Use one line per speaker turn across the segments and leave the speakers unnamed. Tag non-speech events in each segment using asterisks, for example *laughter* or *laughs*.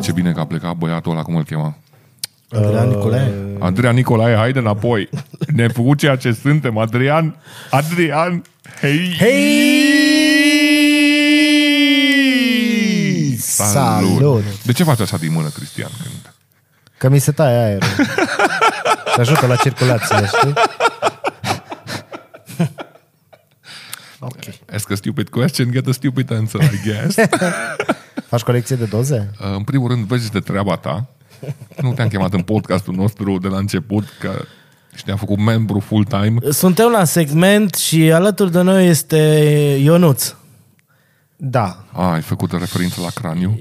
ce bine că a plecat băiatul ăla, cum îl chema?
Adrian Nicolae?
Adrian Nicolae, haide înapoi. Ne făcut ceea ce suntem. Adrian, Adrian, hei!
Hei! Salut!
De ce faci așa din mână, Cristian? Când...
Că mi se taie aerul. Te ajută la circulație, știi? ok.
Ask a stupid question, get a stupid answer, I
*laughs*
guess.
Faci colecție de doze?
în primul rând, vezi de treaba ta. Nu te-am chemat în podcastul nostru de la început, că și ne-am făcut membru full-time.
Suntem la segment și alături de noi este Ionuț.
Da.
A, ai făcut referință la craniu?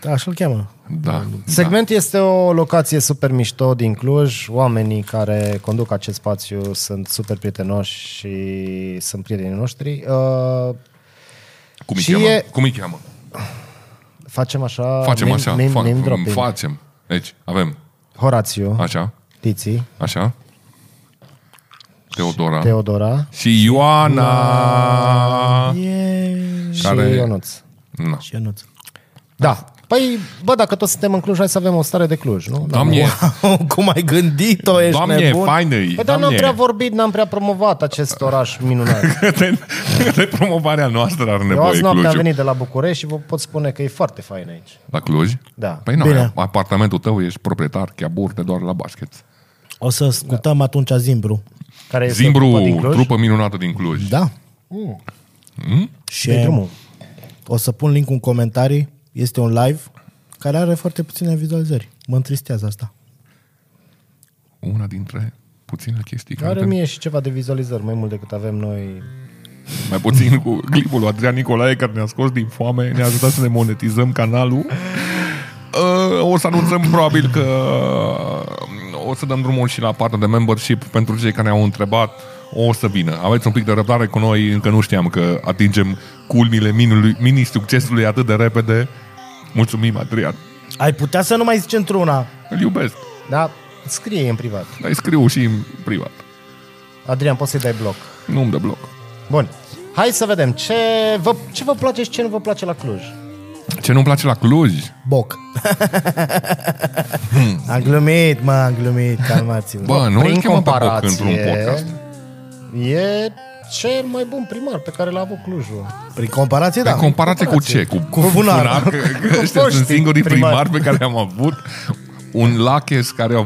Da, așa-l cheamă.
Da.
Segment da. este o locație super mișto din Cluj. Oamenii care conduc acest spațiu sunt super prietenoși și sunt prietenii noștri. Uh,
da. Cum îi
și
cheamă?
e-
Cum îi cheamă?
facem așa...
Facem
name-
așa.
Name,
fac-
name dropping.
facem. Deci, avem
Horațiu,
așa,
Tiții,
așa, Teodora
Teodora
și Ioana.
E...
Da. Care-
și Ionuț.
Na.
Și Ionuț.
Da. Păi, bă, dacă tot suntem în Cluj, hai să avem o stare de Cluj, nu? Da.
Doamne,
*laughs*
Cum ai gândit-o, ești
doamne,
nebun?
faină e.
Păi, dar n-am
doamne.
prea vorbit, n-am prea promovat acest oraș
*laughs*
minunat.
de, de promovarea noastră are
Eu
nevoie
azi noapte am
Clujul.
venit de la București și vă pot spune că e foarte fain aici.
La Cluj?
Da.
Păi nu,
Bine.
ai- apartamentul tău ești proprietar, chiar bur, te doar la basket.
O să ascultăm da. atunci Zimbru.
Care este o trupă din
Zimbru,
Cluj.
trupă minunată din Cluj.
Da. Și
Dă-i drumul.
o să pun link în comentarii. Este un live care are foarte puține vizualizări. Mă întristează asta.
Una dintre puține chestii care
Are
te-
mie și ceva de vizualizări, mai mult decât avem noi.
Mai puțin cu clipul lui Adrian Nicolae care ne-a scos din foame, ne-a ajutat să ne monetizăm canalul. Uh, O să anunțăm probabil că uh, o să dăm drumul și la partea de membership pentru cei care ne-au întrebat o să vină. Aveți un pic de răbdare cu noi, încă nu știam că atingem culmile minului, mini-succesului atât de repede. Mulțumim, Adrian.
Ai putea să nu mai zici într-una.
Îl iubesc,
Da, scrie în privat.
dar scriu și în privat.
Adrian, poți să-i dai bloc.
Nu-mi dă bloc.
Bun. Hai să vedem ce vă, ce vă place și ce nu vă place la Cluj.
Ce nu-mi place la Cluj?
Boc. am glumit, mă, am glumit. Calmați-vă.
Bă, nu
prin
îl chemăm pe Boc
comparație-
într-un podcast.
E cel mai bun primar pe care l-a avut Clujul.
Prin comparație, da.
În comparație cu ce? Cu,
*laughs* Cu funar.
Că, că ăștia
foștii
sunt singurii primari
primari.
pe care am avut. Un laches care a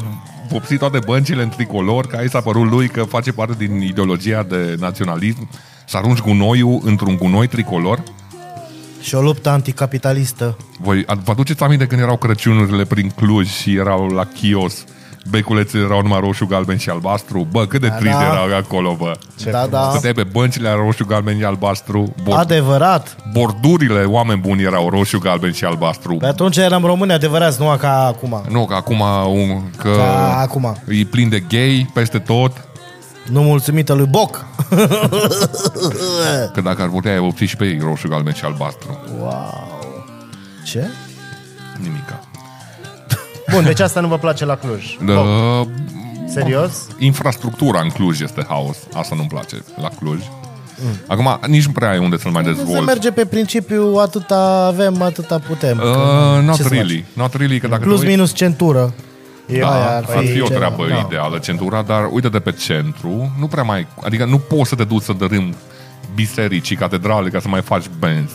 vopsit toate băncile în tricolor, că aici s-a părut lui că face parte din ideologia de naționalism. Să arunci gunoiul într-un gunoi tricolor.
Și o luptă anticapitalistă.
Voi a- vă aduceți aminte când erau Crăciunurile prin Cluj și erau la kios? Beculețele erau numai roșu, galben și albastru. Bă, cât de trist
da.
erau acolo, bă.
Ce da, da.
Stăteai pe băncile erau roșu, galben și albastru. Bord-
Adevărat.
bordurile, oameni buni, erau roșu, galben și albastru.
Pe atunci eram români adevărați, nu ca acum.
Nu, că acum un, că
Ca acum.
e plin de gay peste tot,
Nu mulțumită lui Boc.
că dacă ar putea ai opti și pe ei roșu, galben și albastru.
Wow. Ce?
Nimica.
Bun, deci asta nu vă place la Cluj.
Da,
Bun, serios?
infrastructura în Cluj este haos. Asta nu-mi place la Cluj. Acum, nici nu prea ai unde să-l mai
Mm. Păi Se
dezvolt.
merge pe principiu atâta avem, atâta putem.
Uh, not
ce să
really. Not really, că dacă
Plus
te uiți-
minus centură. E
Da, ar fi, o
ceva.
treabă
Da.
ideală centura, dar uite de pe centru, nu prea mai, adică nu poți să te duci să dărâm biserici, catedrale ca să mai faci benzi.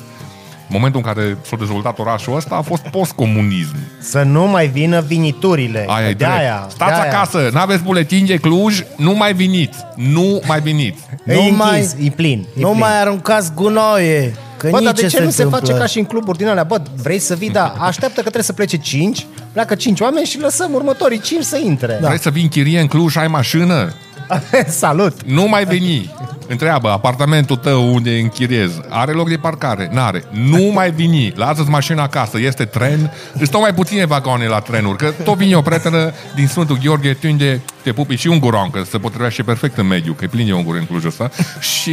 Momentul în care s-a dezvoltat orașul ăsta a fost postcomunism.
Să nu mai vină viniturile.
Aia e
de
direct.
aia.
Stați
de-aia.
acasă, n-aveți buletin de Cluj, nu mai veniți. Nu mai veniți.
E
Nu
închis,
mai-
e plin. E
Nu
plin.
mai aruncați gunoaie. Că
Bă,
nici
dar de ce nu se
întâmplă.
face ca și în cluburi din alea? Bă, vrei să vii, da, așteaptă că trebuie să plece 5, pleacă 5 oameni și lăsăm următorii 5 să intre.
Da.
Vrei să vin chirie în Cluj, ai mașină?
*laughs* Salut!
Nu mai veni. Întreabă, apartamentul tău unde închiriezi, are loc de parcare? N-are. Nu mai veni. Lasă-ți mașina acasă, este tren. Îți stau mai puține vagoane la trenuri, că tot vine o prietenă din Sfântul Gheorghe, tu unde te pupi și unguron, că se potrivește perfect în mediu, că e plin de unguri în Clujul ăsta. Și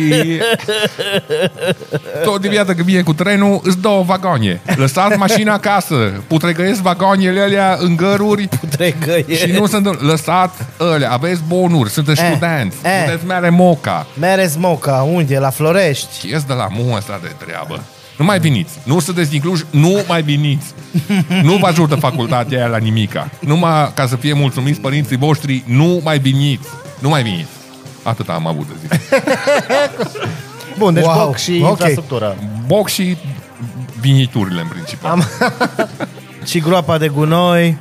tot dimineața când vine cu trenul, îți dă o vagoane. Lăsați mașina acasă, putregăiesc vagoanele alea în găruri,
Tregăie.
și nu sunt... Lăsați ălea, aveți bonuri, sunteți
Eh,
studenți,
eh.
puteți mere moca.
Mere smoca, unde? La Florești.
Ies de la muă asta de treabă. Nu mai veniți. Nu sunteți din Cluj, nu mai veniți. Nu vă ajută facultatea aia la nimica. Numai ca să fie mulțumiți părinții voștri, nu mai veniți. Nu mai veniți. Atât am avut de zis.
Bun, deci
Wow,
wow. și
ok.
infrastructură.
Boc și viniturile în principal. Am...
Și groapa de gunoi.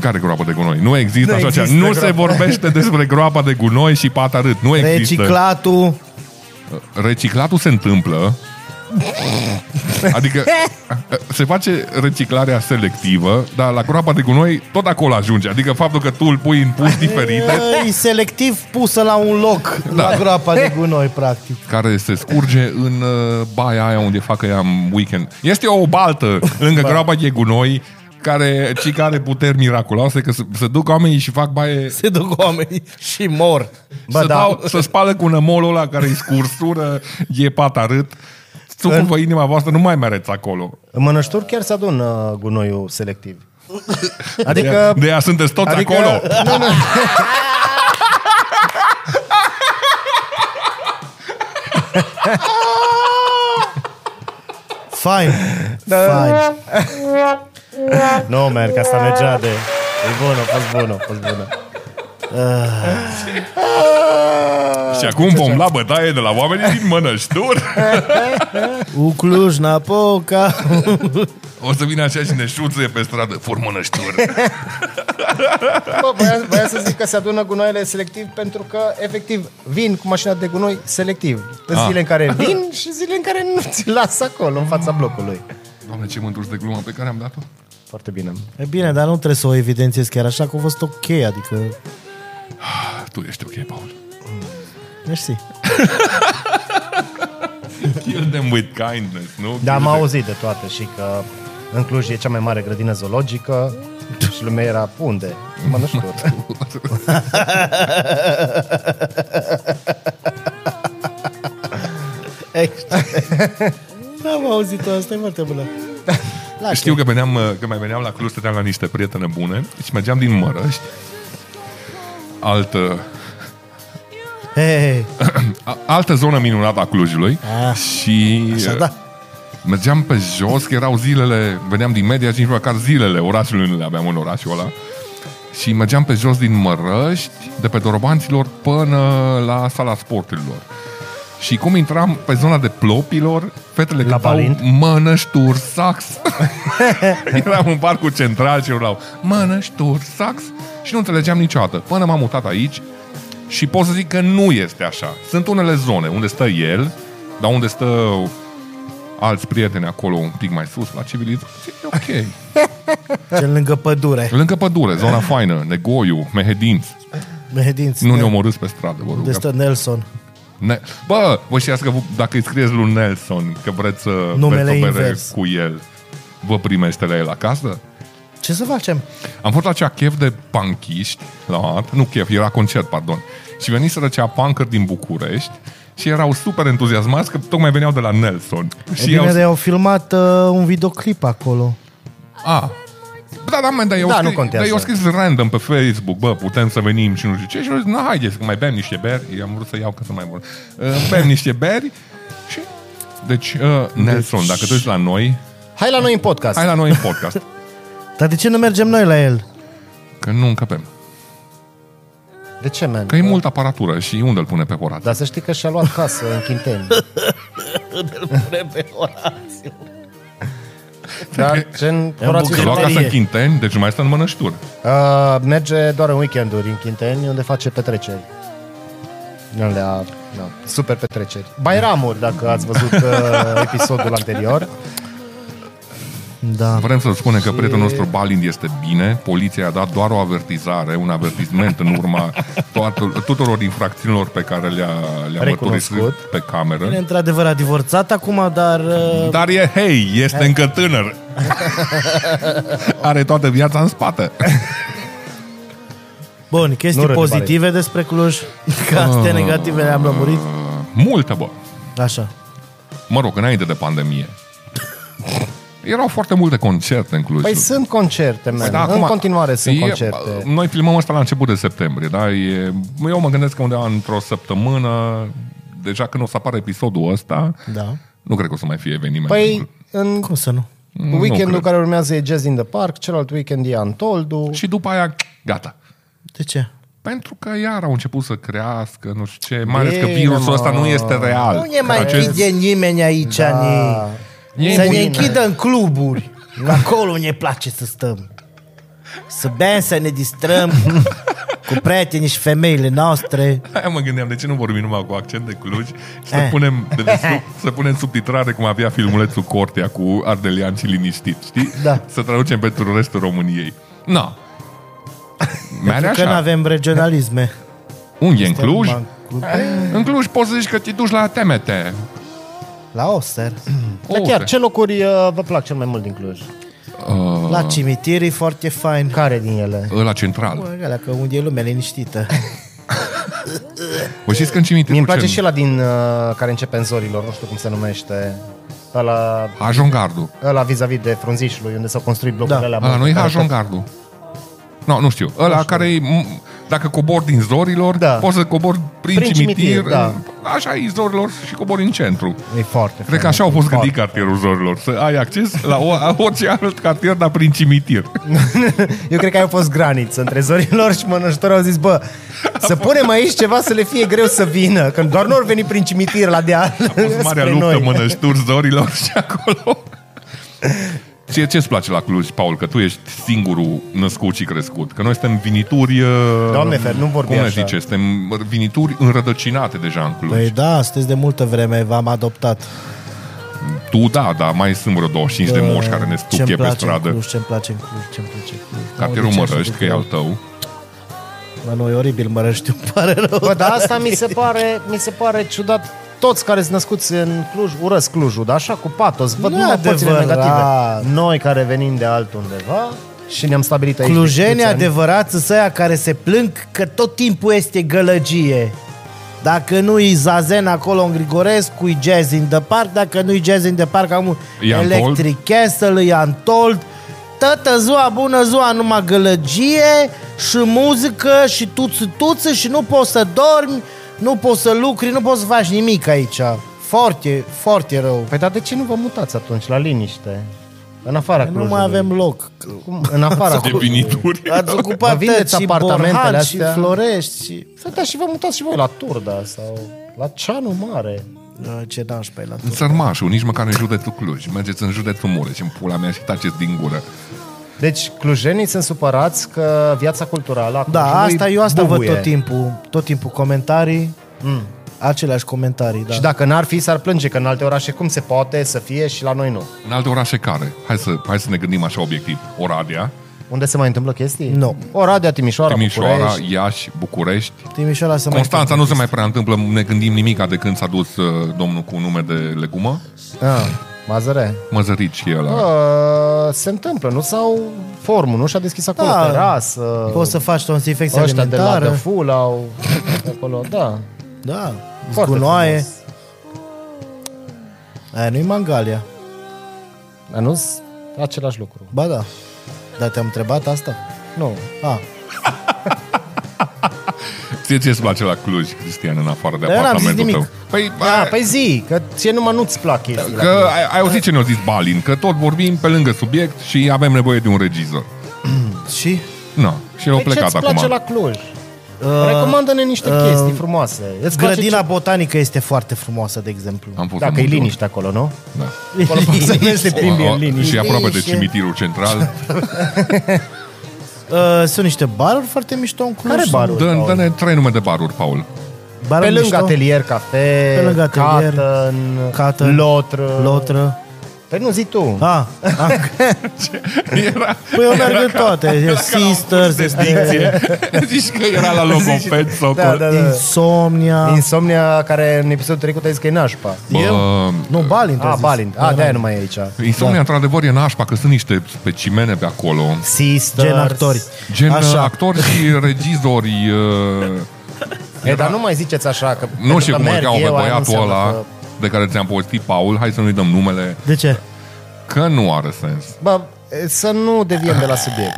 Care groapă de gunoi? Nu există
Nu
așa ceva.
există
Nu se
groapă.
vorbește despre groapa de gunoi și patarât. Nu există.
Reciclatul.
reciclatul se întâmplă, *laughs* adică se face reciclarea selectivă, dar la groapa de gunoi tot acolo ajunge. Adică faptul că tu îl pui în puși *laughs* diferite,
E selectiv pusă la un loc, da. la groapa de gunoi, practic.
care se scurge în uh, baia aia unde fac ea în weekend. Este o baltă *laughs* lângă groapa de gunoi, care, ci care are puteri miraculoase, că se, se duc oamenii și fac baie...
Se duc oamenii și mor.
Bă, să, da. dau, să spală cu nămolul ăla care-i scursură, e patarât. Sucul inima voastră, nu mai mereți acolo.
În mănășturi chiar se adună gunoiul selectiv. Adică...
De ea sunteți toți
adică
acolo.
Nu, nu.
Fine. Fine.
nu merg, asta mergea de... E bună, a fost bună, a fost bună.
*laughs* Și acum vom la bătaie de la oamenii din mănășturi.
Ucluj, Napoca.
O să vină așa și ne șuțuie pe stradă. Fur mănășturi.
Bă, voiam, voiam să zic că se adună gunoaiele selectiv pentru că, efectiv, vin cu mașina de gunoi selectiv. În zile în care vin și zile în care nu ți lasă acolo, în fața blocului.
Doamne, ce mântuși de glumă pe care am dat-o.
Foarte bine.
E bine, dar nu trebuie să o evidențiez chiar așa că a fost ok, adică...
Tu ești ok, Paul.
Mersi.
Kill them with kindness, nu?
Dar am
Kill them-
auzit de toate și că în Cluj e cea mai mare grădină zoologică și lumea era unde? Mă nu știu.
*laughs* N-am auzit-o, asta e foarte bună. La
Știu că, veneam, uh, că mai veneam la Cluj, stăteam la niște prietene bune și mergeam din Mărăști. Altă,
Hey, hey.
a- altă zonă minunată a Clujului.
Ah,
și
așa,
uh,
da.
mergeam pe jos, că erau zilele, veneam din media și nici măcar zilele orașului nu le aveam în orașul ăla. Și mergeam pe jos din Mărăști, de pe Dorobanților, până la sala sporturilor. Și cum intram pe zona de plopilor, fetele la cântau
Balint?
mănășturi sax. *laughs* Eram în parcul central și urlau mănășturi sax. Și nu înțelegeam niciodată. Până m-am mutat aici și pot să zic că nu este așa. Sunt unele zone unde stă el, dar unde stă alți prieteni acolo un pic mai sus, la civilizație, e ok.
Cel lângă pădure.
Lângă pădure,
*laughs*
zona faină, Negoiu, Mehedinți.
Mehedinți.
Nu ne omorâți pe stradă, vă rog.
De stă Nelson.
Ne- Bă, vă știați că v- dacă îi scrieți lui Nelson că vreți să
Numele
vreți o bere
invers.
cu el, vă primește la el acasă?
Ce să facem?
Am fost la acea chef de panchiști, la un moment dat, nu chef, era concert, pardon, și veniseră cea pancări din București și erau super entuziasmați că tocmai veneau de la Nelson.
E
și
bine,
i-au-
de au filmat uh, un videoclip acolo.
A. Da, da, mă, dar eu,
Da,
da,
nu
scris,
contează.
dar eu scris random pe Facebook, bă, putem să venim și nu știu ce, și eu zic, na, haideți, că mai bem niște beri, i-am vrut să iau că să mai bun. Uh, Bem niște beri și... Deci, uh, Nelson, deci... dacă tu ești la noi,
Hai la noi în podcast.
hai la noi în podcast,
Dar de ce nu mergem noi la el?
că nu încăpem.
De ce, man?
Că e mult aparatură și unde îl pune pe horat? Da.
Dar să știi că și-a luat casă în *laughs* Chinteni.
Pe Horațiu.
Dar gen Horațiu
Că
Chinteni.
lua casa
Bucătărie.
în Chinteni, deci nu mai stă în mănășturi.
Uh, merge doar în weekenduri în Chinteni, unde face petreceri. Din Alea, da, super petreceri. Bairamuri, dacă ați văzut
*laughs*
uh, episodul anterior.
Da.
Vrem să spunem că prietenul nostru Balind este bine, poliția a dat doar o avertizare, un avertisment în urma toată, tuturor infracțiunilor pe care le-a, le-a
Recunoscut.
mărturisit pe cameră.
E într-adevăr a divorțat acum, dar... Uh,
Dar e, hei, este încă tânăr. Are toată viața în spate.
bun, chestii
Nu rău de
pozitive despre Cluj, *laughs* că astea negative le-am lămurit.
Multă, bă.
Așa.
Mă rog, înainte de pandemie. Erau foarte multe concerte în Cluj.
Păi sunt concerte, man. Da, în
Păi acum-
continuare sunt
e-
concerte.
Noi filmăm asta la început de septembrie, da? E, eu mă gândesc că undeva într-o săptămână, deja când o să apară episodul ăsta,
Da.
Nu cred că o să mai fie eveniment.
Păi, în
Cum să nu?
cred.
weekendul care urmează e Jazz in the Park, celălalt weekend e Antoldu.
Și după aia, gata.
De ce?
Pentru că iar au început să crească, nu știu ce, mai ales că
Bine,
virusul
mă.
ăsta nu este real.
Nu ne mai
Acest-
închide nimeni aici, da.
E
ne... Să ne
bine.
închidă în cluburi. Că Acolo ne place să stăm. Să bem, să ne
*laughs*
distrăm cu prietenii și femeile noastre.
Aia mă gândeam, de ce nu vorbim numai cu accent de Cluj și să
Eh.
punem, de descru, să punem subtitrare cum avea filmulețul Cortea cu Ardelian și liniștit, știi?
Da.
Să traducem pentru restul României. Na. Mere
Că nu
așa.
avem regionalisme.
Unde e în Cluj? Eh.
Ban- cu-
În Cluj poți să zici că te duci la temete.
La
*clears throat*
Oster.
Dar chiar, ce locuri uh, vă plac cel mai mult din Cluj?
La cimitir e foarte fain.
Care din ele?
Ăla central.
Bă, alea, că unde e lumea liniștită.
Păi Vă știți că în cimitirul
Mi îmi place
cel-
și la din uh, care începe în zorilor, nu știu cum se numește. Ăla,
Hajongardu.
ăla vis-a-vis de frunzișului, unde s-au construit blocurile
Da.
alea.
Ăla Ah, nu e
mari.
Hajongardu. No, nu știu. Ăla care e, m- dacă cobor din zorilor,
Da.
poți să cobor prin,
Prin
cimitir,
cimitir, da.
în- așa e zorilor și cobori în centru.
E foarte
Cred
fain.
că așa au fost
Foarte.
gândit cartierul zorilor, să ai acces la o, la orice alt cartier, dar prin cimitir.
*laughs* Eu cred că ai fost graniță între zorilor și mănăștori au zis, bă, să punem aici ceva să le fie greu să vină, când doar nu ori veni prin cimitir la deal
fost marea
spre
luptă
noi.
mănășturi zorilor și acolo. Ce, ce-ți place la Cluj, Paul? Că tu ești singurul născut și crescut. Că noi suntem vinituri... uh,
Doamne, Fer, nu vorbi
Cum ne
așa.
zice? Suntem vinituri înrădăcinate deja în Cluj.
Păi da, sunteți de multă vreme, v-am adoptat.
Tu da, dar mai sunt vreo 25 de moși care ne
Ce-mi
stuchie pe
place în
stradă.
Cluj, ce-mi place în Cluj, ce-mi place în Cluj.
Cartierul
Mă duc așa
Mărăști,
de
că e al
Cluj.
tău.
La noi e oribil Mărăști, îmi pare rău.
Bă, *laughs* dar asta mi se pare, mi se pare ciudat. Toți care sunt născuți în Cluj urăsc Clujul, dar așa cu patos, văd
Nu
numai părțile
adevărat.
negative. Noi care venim de altundeva și ne-am stabilit aici.
Clujenii
de câți ani.
adevărați sunt ăia care se plâng că tot timpul este gălăgie. Dacă nu-i Zazen acolo în Grigorescu, e Jazz in the Park, dacă nu-i Jazz in the Park, am
E Untold.
Electric Castle, e Untold, Tată ziua, bună ziua, numai gălăgie și muzică și tuță, tuță și nu poți să dormi, nu poți să lucri, nu poți să faci nimic aici. Foarte, foarte rău.
Păi dar de ce nu vă mutați atunci la liniște? În afara
Nu
Clujului.
mai avem loc.
Cum? În afara
De
Clujului.
vinituri.
Ați
Vă
*laughs*
ocupat
vindeți
tăți și
apartamentele
Borhan și
astea?
Florești și...
Păi da, și vă mutați și voi la Turda sau la Ceanu Mare.
Uh, Ce nașpa e la
În
tot.
Sărmașul, nici măcar în județul Cluj. Mergeți în județul Mureș, în pula mea și taceți din gură.
Deci clujenii sunt supărați că viața culturală a
Da,
Clujului
asta eu asta
bubuie.
văd tot timpul. Tot timpul comentarii. Mm. Aceleași comentarii, da.
Și dacă n-ar fi, s-ar plânge că în alte orașe cum se poate să fie și la noi nu.
În alte orașe care? Hai să, hai să ne gândim așa obiectiv. Oradea,
Unde se mai întâmplă chestii?
Nu.
Oradea, Timișoara,
Timișoara,
București.
Iași, București.
Timișoara să
Constanța nu se mai prea întâmplă, ne gândim nimica de când s-a dus uh, domnul cu nume de legumă.
Ah, Mazăre.
Măzărici e ăla.
Uh, se întâmplă, nu? Sau formul, nu? Și-a deschis acolo
Da.
da. terasă.
Poți să faci o infecție
Ăștia de la
alimentară.
Dăful au... Acolo, da.
da.
Foarte
Gunoaie.
frumos.
Aia nu-i Mangalia.
Dar nu același lucru.
Ba da. Dar te-am întrebat asta? Ah,
Nu.
A,
Ție ce-ți place la Cluj, Cristian, în afară de
Dar eu n-am zis
apartamentul tău?
nimic.
Păi,
Da,
a-
păi zi, că ție numai nu-ți plac chestiile.
Da, Că ai, ai auzit ce ne-a zis Balin, că tot vorbim pe lângă subiect și avem nevoie de un regizor.
și?
Nu, și l-au
Păi
plecat
ce-ți place
acum.
la Cluj? Recomandă-ne niște
uh,
chestii frumoase. Îți place
Grădina
ce-
botanică este foarte frumoasă, de exemplu.
Am fost
Dacă
în
e
multe
liniște acolo, nu?
ori. Da.
*laughs*
Acolo poți să mergi să te plimbi
O, o,
în liniște.
Oh, Și aproape de
Liniște.
cimitirul central.
Uh, sunt niște baruri foarte mișto în Cluj.
Care
Sunt
baruri?
Dă, dă-ne trei nume de baruri, Paul.
baruri
Pe lângă
mișto?
atelier, cafe,
Pe lângă atelier,
catan,
catan,
lotră.
Lotră. Ah,
Păi nu zi tu.
A, a,
Era,
Păi eu
*laughs*
merg în toate. Sisters, este
distinție. Zici că era la logoped sau
Da, da, da.
Insomnia.
Insomnia care în episodul trecut ai zis că e nașpa.
Bă,
Eu? Nu, Balint a
A,
zis.
Balint. A, de-aia nu mai e aici.
Insomnia, într-adevăr, e nașpa, că sunt niște specimene pe acolo.
Sisters.
Gen actori.
Gen uh,
Așa.
actori și regizori. uh,
E, dar nu mai ziceți așa că...
Nu știu
că
cum îl
merg
cheamă pe
eu, aia nu
băiatul
înseamnă
ăla
că-
de care ți-am povestit, Paul. Hai să nu-i dăm numele,
De ce?
că nu are sens.
Bă, e, să nu deviem de la subiect.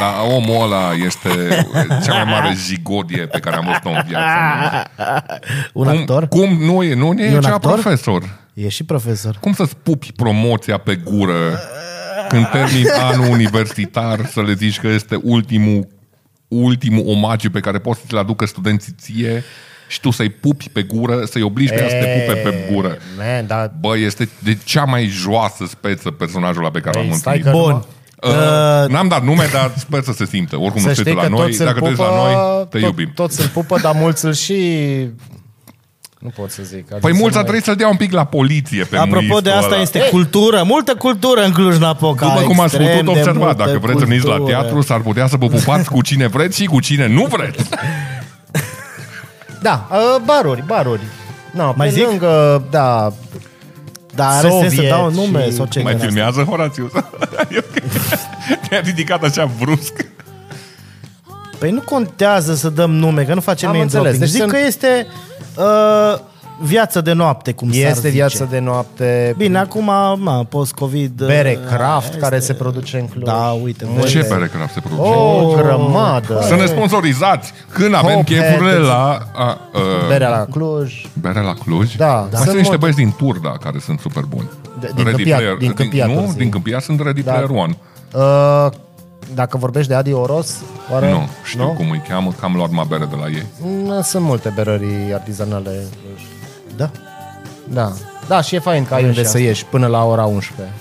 Dar omul ăla este cea mai mare jigodie pe care am văzut-o în viața mea.
Un actor?
Cum nu e? Nu e,
un
cea
actor?
profesor.
E și profesor.
Cum să-ți pupi promoția pe gură când termin anul universitar să le zici că este ultimul, ultimul omagiu pe care poți să ți-l aducă studenții ție și tu să-i pupi pe gură, să-i obligi pe ea să te pupe pe gură.
Man, dar...
Bă, este de cea mai joasă speță personajul la pe care
Ei,
l-am
Păi, stai
întâlnit.
că-
Bun.
Numai-
Uh, N-am dat nume, dar sper să se simtă. Oricum
Să
nu știi
știi
la
că
noi.
toți îl
Dacă te
pupă,
uiți la noi, te
tot,
iubim.
Toți îl pupă, dar mulți îl și... Nu pot să zic.
Păi mulți a
a
trebuit să-l dea un pic la poliție pe
Apropo
muistul
de asta,
ăla.
este cultură, multă cultură în Cluj-Napoca.
După cum ați
extrem
putut
de
observa,
multă
dacă vreți să veniți la
cultură.
teatru, s-ar putea să vă pupați cu cine vreți și cu cine nu vreți.
Da, uh, baruri, baruri. No,
Mai
pe
zic?
lângă, da,
Dar are sens să
Soviet
dau nume
și-
sau ce?
Mai
gen asta?
filmează *laughs* Horațiu? E ok. Te-a ridicat așa brusc.
Păi nu contează să dăm nume, că nu facem
Am
name
înțeles.
dropping. Deci
Deci
Zic
sunt-
că este uh, viață de noapte, cum s-ar
este
zice.
viață de noapte.
Bine, acum, ma, post-covid... uh,
Bere craft
este-
care se produce în Cluj.
Da, uite,
Multe.
Ce bere că n-ar se produce?
O grămadă.
Să ne sponsorizați când avem
Hop,
chefurile
hop,
la... A, a,
Berea la Cluj.
Berea la Cluj?
Da, da.
Mai sunt
Sunt
niște
multe.
băieți din Turda care sunt super buni.
De- din
Ready
Câmpia-
Player-
din Câmpia,
Nu,
Târziu.
din Câmpia sunt Ready
Da.
Player One.
Uh, dacă vorbești de Adi Oros, oare?
Nu, știu cum îi cheamă, că am luat mai bere de la ei.
Nu, Sunt multe berării artizanale. în Cluj.
Da.
Da. Da, și e fain că ai unde să ieși până la ora 11.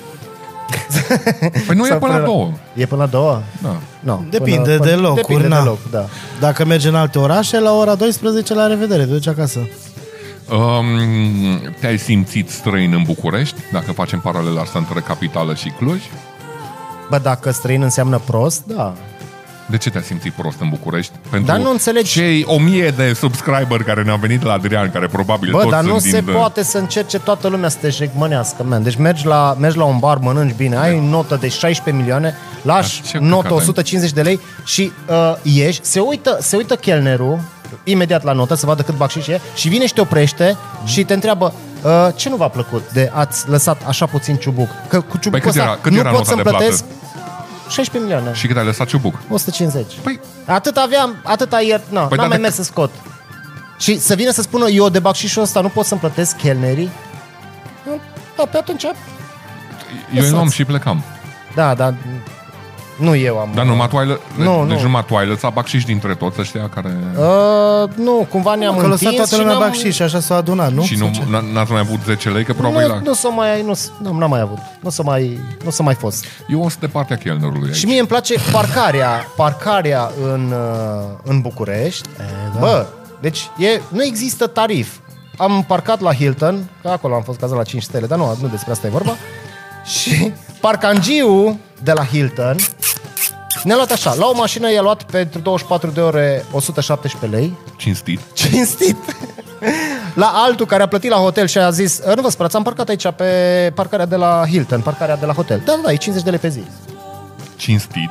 Păi nu e
Sau
până la două.
E până la două?
Da.
Nu.
Depinde
până,
de locuri,
Depinde
na.
de loc, da.
Dacă merge în alte orașe, la ora 12, la revedere, te duci acasă.
Um, te-ai simțit străin în București? Dacă facem paralela asta între capitală și Cluj?
Bă, dacă străin înseamnă prost, da.
De ce te-ai simțit prost în București? Pentru
Dar nu înțelegi-
cei o mie de subscriber care ne-au venit la Adrian, care probabil
Bă,
toți
dar
sunt
nu
din...
se poate să încerce toată lumea să te jegmănească, man. Deci mergi la, mergi la un bar, mănânci bine, ai notă de 16 milioane, lași
Dar Da. ce
notă
căcat ai?
150 de lei și uh, ieși, se uită, se uită chelnerul imediat la notă să vadă cât bacșiș e și vine și te oprește și te întreabă uh, ce nu v-a plăcut de ați lăsat așa puțin ciubuc? Că cu ciubucul
Păi cât
ăsta
era- cât
nu
era
pot
nota
să-mi
de plată?
plătesc 16 milioane.
Și cât ai lăsat ciubuc?
150.
Păi-
Atât aveam, atât iert, na,
Păi
păi n-am
da,
mai
de-
mers să scot. Și să vină să spună, eu de bacșișul ăsta nu pot să-mi plătesc chelnerii? Da, pe atunci...
Eu
Lăsați.
nu am și plecam.
Da, da, nu eu am...
Dar numai tu ai lă...
Nu,
deci
nu.
numai tu ai lăsat bacșiș dintre toți ăștia care...
Uh, nu, cumva ne-am
Că
întins
lăsat toată
și
lumea
n-am-
bacșiș și așa s-a adunat, nu?
și nu, n- n-ați mai avut 10 lei, că probabil... la...
Nu, nu s-o mai, nu, s- nu, n-am mai avut. Nu s-o mai, nu s-o mai fost.
Eu sunt de partea chelnerului
Și
aici.
mie îmi place parcarea, parcarea în, uh, în București. E, da. Bă, deci e, nu există tarif. Am parcat la Hilton, că acolo am fost cazat la 5 stele, dar nu, nu despre asta e vorba. Și parcangiu de la Hilton ne-a luat așa. La o mașină i-a luat pentru 24 de ore 117 lei. *laughs*
Cinstit.
Cinstit! La altul care a plătit la hotel și a zis "Ă, Nu vă spărați, am parcat aici pe parcarea de la Hilton, parcarea de la hotel. Da, da, da, e 50 de lei pe zi.
Cinstit.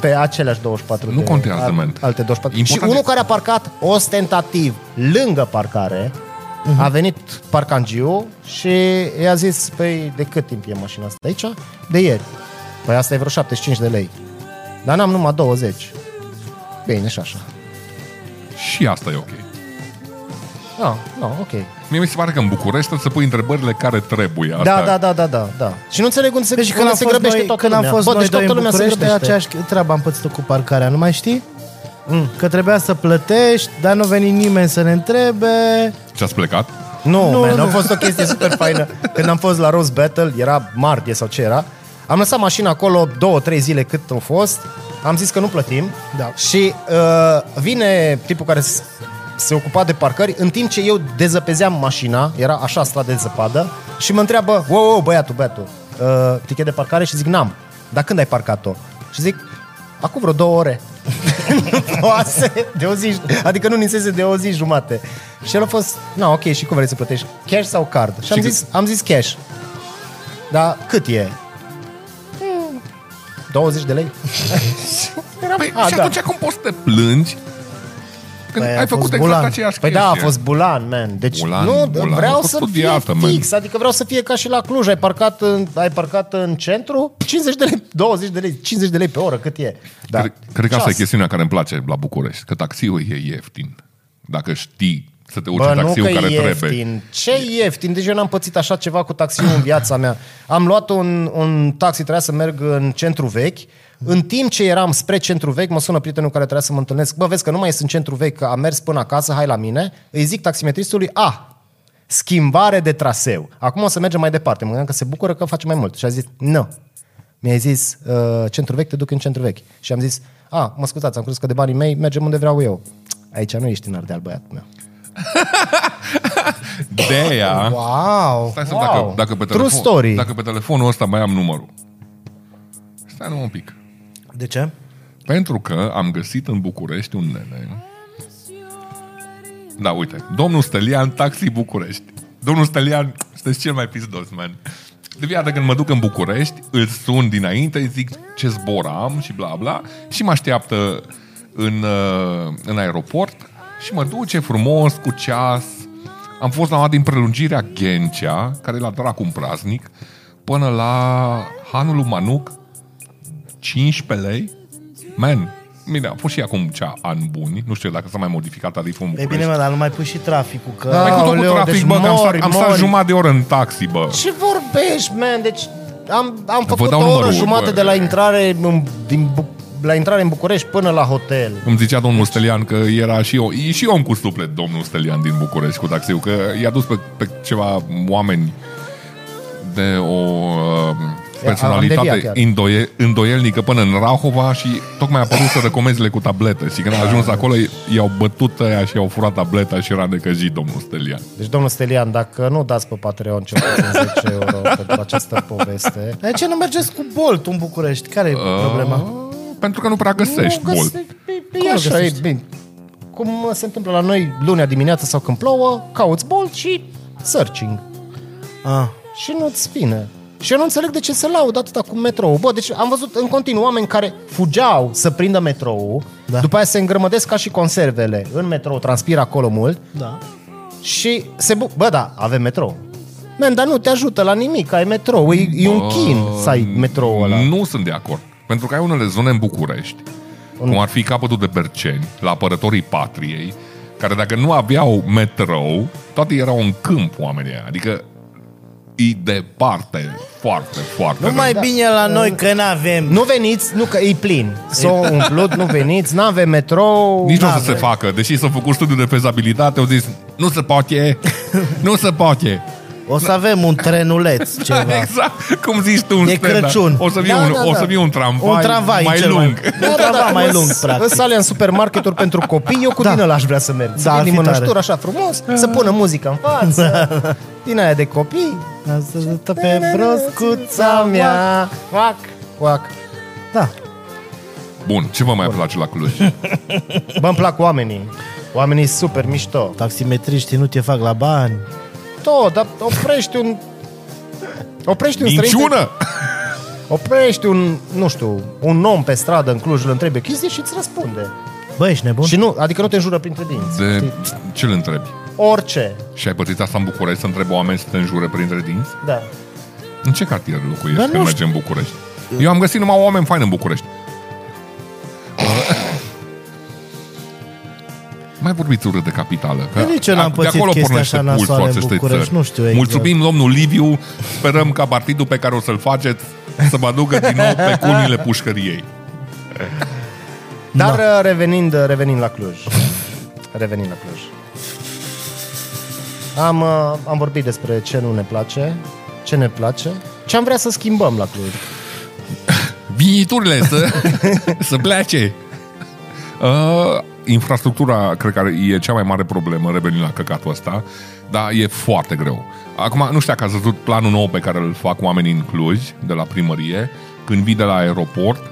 Pe aceleași 24
Nu
de
contează,
al-
man.
Alte 24.
Important
și unul
este-
care a parcat ostentativ lângă parcare,
Mhm.
a venit parcangiu și i-a zis, păi de cât timp e mașina asta aici? De ieri. Păi asta e vreo 75 de lei. Dar n-am numai 20. Bine, și așa.
Și asta e ok.
Da, no, ok.
Mie mi se pare că în București trebuie să pui întrebările care trebuie. Asta
Da, da, da, da, da, da. Și nu înțeleg cum se,
Deci când
unde
am
se
fost
grăbește
noi,
toată
când am
lumea.
fost
Bă,
noi
deci
doi
toată
în
lumea se
București, de
grăbește.
aceeași treabă am pățit cu parcarea, nu mai știi? Mm. Că trebuia să plătești, dar nu veni nimeni să ne întrebe.
Și ați plecat?
Nu,
Nu,
nu, man,
nu.
a fost o chestie super faină. Când am fost la Rose Battle, era martie sau ce era, am lăsat mașina acolo două, trei zile cât au fost, am zis că nu plătim
Da.
și uh, vine tipul care s- se ocupa de parcări, în timp ce eu dezăpezeam mașina, era așa stradă de zăpadă, și mă întreabă, wow, wow, băiatul, băiatul, uh, tichet de parcare? Și zic, n-am. Dar când ai parcat-o? Și zic, acum vreo două ore. Oase, de o zi, adică nu ninsese de o zi jumate. Și el a fost, na, ok, și cum vrei să plătești? Cash sau card? Și am
Și
zis, am zis cash. Dar cât e? Hmm, 20 de lei? Eram,
Păi,
"A, da.
și atunci cum poți să te plângi când
Păi, a
ai făcut
fost
exact
bulan.
aceeași
Păi da,
chestie?
a fost bulan, man. Deci
Bulan,
nu,
bulan. A
vreau
fost
să
tot
fie
viață, man.
fix, adică vreau să fie ca și la Cluj. Ai parcat în, ai parcat în centru, 50 de lei, 20 de lei, 50 de lei pe oră, cât e. Da.
Cred, cred că asta
Ceas.
e chestiunea care îmi place la București, că taxiul e ieftin. Dacă știi să te urci
Bă,
în
nu
taxiul
că
care
ieftin.
trebuie.
Ce ieftin? Deci eu n-am pățit așa ceva cu taxiul în viața mea. Am luat un, un taxi, trebuia să merg în centru vechi. În timp ce eram spre centru vechi, mă sună prietenul care trebuia să mă întâlnesc. Bă, vezi că nu mai sunt în centru vechi, că am mers până acasă, hai la mine. Îi zic taximetristului, a, schimbare de traseu. Acum o să mergem mai departe. Mă gândeam că se bucură că face mai mult. Și a zis, nu. No. Mi-a zis, "Uh, centru vechi, te duc în centru vechi. Și am zis, a, mă scuzați, am crezut că de banii mei mergem unde vreau eu. Aici nu ești în Ardeal, băiatul meu.
De aia,
Wow!
stai să
wow.
dacă, dacă, pe
True
telefon,
story.
dacă pe telefonul ăsta mai am numărul. Stai nu un pic.
De ce?
Pentru că am găsit în București un nene. Da, uite. Domnul Stelian, Taxi București. Domnul Stelian, sunteți cel mai pizdos, man. De viață când mă duc în București, îl sun dinainte, îi zic ce zbor am și bla bla și mă așteaptă în, uh, în aeroport și mă duce frumos cu ceas. Am fost la una din prelungirea Ghencea, care e la dracu un praznic, până la Hanul lui Manuc, 15 lei? Man, bine, a fost și acum cea an buni. Nu știu dacă s-a mai modificat tariful în
E
București.
bine, mă, dar nu mai pui și traficul, că...
Da.
Mai cu tot cu
Aoleu,
trafic,
deci
bă, că am stat,
mori,
am stat
mori.
jumătate de oră în taxi, bă.
Ce vorbești, man? Deci am, am făcut
dau
o oră
numărul,
jumate
bă.
de la intrare în, din, Bu- la intrare în București până la hotel.
Îmi zicea domnul Stelian că era și eu, e și om cu suplet domnul Stelian din București cu taxiul, că i-a dus pe, pe ceva oameni de o uh,
am
personalitate
deviat
îndoie, îndoielnică până în Rahova și tocmai a apărut să recomenzile cu tablete și când a ajuns acolo i-au bătut aia și i-au furat tableta și era necăjit domnul Stelian.
Deci, domnul Stelian, dacă nu dați pe Patreon cel *laughs* puțin 10 euro pentru această poveste...
De ce nu mergeți cu Bolt în București? Care e problema?
Uh, pentru că nu prea găsești
Nu,
mult.
găse- e- E Păi, așa, e bine. Cum se întâmplă la noi lunea dimineața sau când plouă, cauți Bolt și searching.
Ah.
și nu-ți vine. Și eu nu înțeleg de ce se laudă atâta cu metrou. Bă, deci am văzut în continuu oameni care fugeau să prindă metrou, da.
Da.
după aia se îngrămădesc ca și conservele în metrou, transpiră acolo mult
Da.
și se bu- Bă, da, avem metrou. Man, dar nu te ajută la nimic, ai metrou, e, e un chin să ai metrou ăla.
Nu sunt de acord. Pentru că ai unele zone în București, cum ar fi capătul de Berceni, la apărătorii patriei, care dacă nu aveau metrou, toate erau în câmp oamenii aia. Adică e departe, foarte, foarte.
Nu mai
departe.
bine la noi, că n-avem.
Nu veniți, nu că e plin. S-o *laughs* umplut, nu veniți, n-avem metrou.
Nici nu o să
n-avem.
se facă, deși s-a făcut studiu de fezabilitate, au zis, nu se
*laughs*
poate, nu se poate.
O să avem un trenuleț,
*laughs*
ceva.
Exact, cum zici tu un
Da. E
stand-up.
Crăciun.
O să fie,
Da,
un,
da,
o
da.
să fie un tramvai,
Un tramvai
mai
cel
lung.
Mai, un tramvai mai lung, practic.
În sale în supermarketuri pentru copii, eu cu da. din ăla aș vrea să merg. Să
Da, ar
vin
fi
din mănăștură
tare. Ah. Da.
așa frumos, să pună muzică în față, din aia de copii.
Ajută pe broscuța mea.
Fac, fac.
Da.
Bun, ce vă mai place la Cluj?
Bă, îmi plac oamenii. Oamenii super mișto.
Taximetriștii nu te fac la bani.
Tot, dar oprești un... Oprești un străin...
Minciună!
Oprești un, nu știu, un om pe stradă în Cluj, îl întrebi o chestie și îți răspunde.
Bă, ești nebun?
Și nu, adică nu te înjură printre dinți.
De ce îl întrebi?
Orice.
Și ai pățit asta în București să întreb oameni să te înjure printre dinți?
Da.
În ce cartier locuiești
Dar
când
nu
mergi în București? Eu am găsit numai oameni faini în București. *coughs* Mai vorbiți urât de capitală. Că
Eu Păi nici eu n-am
de
pățit
acolo
chestia
pornește
așa
pulsul
nasoală în
acestei
București,
țări.
nu știu exact.
Mulțumim, domnul Liviu. Sperăm ca partidul pe care o să-l faceți să vă aducă din nou pe culmile pușcăriei.
Dar uh, revenind, revenind la Cluj. Revenind la Cluj. Am, uh, am vorbit despre ce nu ne place, ce ne place, ce am vrea să schimbăm la Cluj.
Viniturile să, *laughs* să plece. Uh, infrastructura, cred că e cea mai mare problemă, revenind la căcatul ăsta, dar e foarte greu. Acum, nu știu dacă ați văzut planul nou pe care îl fac oamenii în Cluj, de la primărie, când vii de la aeroport,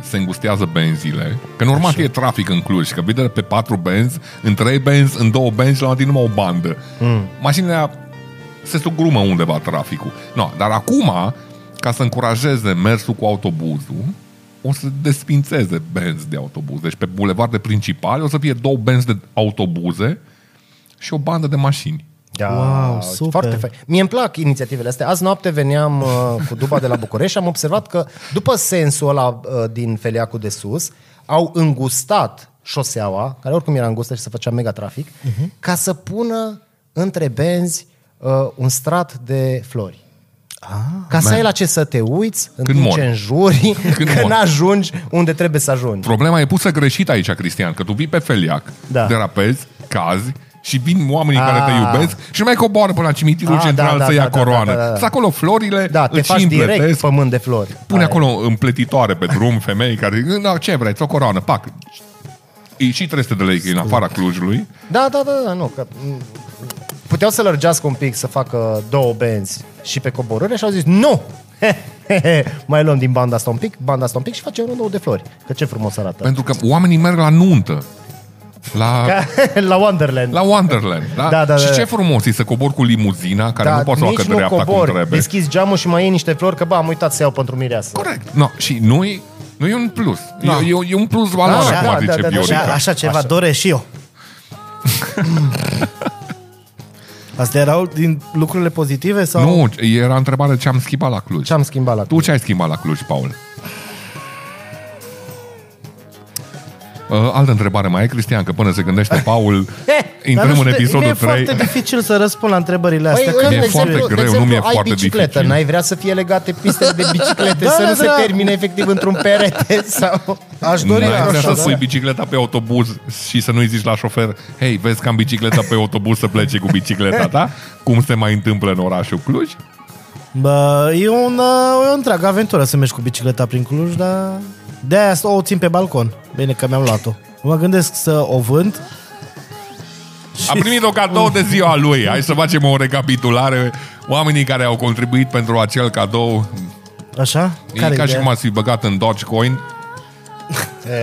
se îngustează benzile, că normal că e trafic în Cluj, că vii de pe patru benzi, în trei benzi, în două benzi, la un moment dat e numai o bandă. Mașinile se sugrumă undeva traficul. No, dar acum, ca să încurajeze mersul cu autobuzul, o să desfințeze benzi de autobuz. Deci pe bulevardul principal o să fie două benzi de autobuze și o bandă de mașini.
Da,
Wow, super.
Foarte fain. Mie îmi plac inițiativele astea. Azi noapte veneam uh, cu Duba de la București și am observat că după sensul ăla uh, din Feliacul de Sus, au îngustat șoseaua, care oricum era îngustă și se făcea mega trafic,
Mhm.
uh-huh. ca să pună între benzi uh, un strat de flori. Ah, ca să ai la ce să te uiți în
Când
timp
mor.
ce înjuri,
*laughs* Când
când,
mor.
când ajungi unde trebuie să ajungi.
Problema e pusă greșit aici, Cristian, că tu vii pe feliac,
Da.
derapezi, cazi și vin oamenii
Ah.
care te iubesc și nu mai coboară până la cimitirul
Ah,
central
da, da,
să ia
da, da,
coroană.
da, da, da.
Sunt acolo florile,
Da, te
îți
faci
și
direct
împletesc,
pământ de flori.
pune
Aia.
acolo împletitoare pe drum femei care na, ce vrei, o coroană, pac. E și 300 de lei că e în afara Clujului.
Da, da, da, da, nu. Că, m, puteau să lărgească un pic, să facă două benzi și pe coborâre și au zis, nu! *laughs* mai luăm din banda asta un pic, banda asta un pic și facem rândul de flori. Că ce frumos arată.
Pentru că oamenii merg la nuntă. La,
*laughs* la Wonderland.
la Wonderland. Da?
Da, da,
și
da,
ce
da.
frumos e să cobor cu limuzina care nu poate să o
nici
facă
nu
dreapta cum
cobor,
trebuie.
deschizi geamul și mai iei niște flori, că ba, am uitat să iau pentru mireasă.
Corect. No, și nu e, nu e un plus. Da.
Da.
E, e, e un plus valoare, da,
Da,
cum
da,
ar
da, da,
zice
da,
Viorica.
Așa, așa ceva
Așa.
doresc
*laughs*
și eu. Astea erau din lucrurile pozitive sau?
Nu, era întrebarea ce am schimbat la Cluj.
Ce am schimbat la
Tu ce ai schimbat la Cluj, Paul? Uh, altă întrebare mai e, Cristian, că până se
*laughs*
gândește Paul,
Eh, dar
intrăm
nu
în
știu,
episodul
mi-e
3.
foarte *laughs* dificil să răspund la întrebările
Păi, în
astea.
mi-e
exemplu,
foarte
de
greu, nu
exemplu,
mi-e
ai
foarte
bicicletă,
dificil.
n-ai vrea să fie legate pistele
*laughs*
de biciclete,
Da,
să
da,
nu se
da.
termine efectiv într-un perete sau...
Aș dori
N-ai vrea
așa,
să
da.
spui bicicleta pe autobuz și să nu-i zici la șofer Hei, vezi că am bicicleta pe autobuz să plece cu bicicleta ta? Cum se mai întâmplă în orașul Cluj?
Bă, e, un, uh, e o întreagă aventură să mergi cu bicicleta prin Cluj, dar de aia o țin pe balcon. Bine că mi-am luat-o. Mă gândesc să o vând.
A primit-o cadou de ziua lui. Hai să facem o recapitulare. Oamenii care au contribuit pentru acel cadou
Așa?
e ca și
ideea?
cum ați fi băgat în Dogecoin.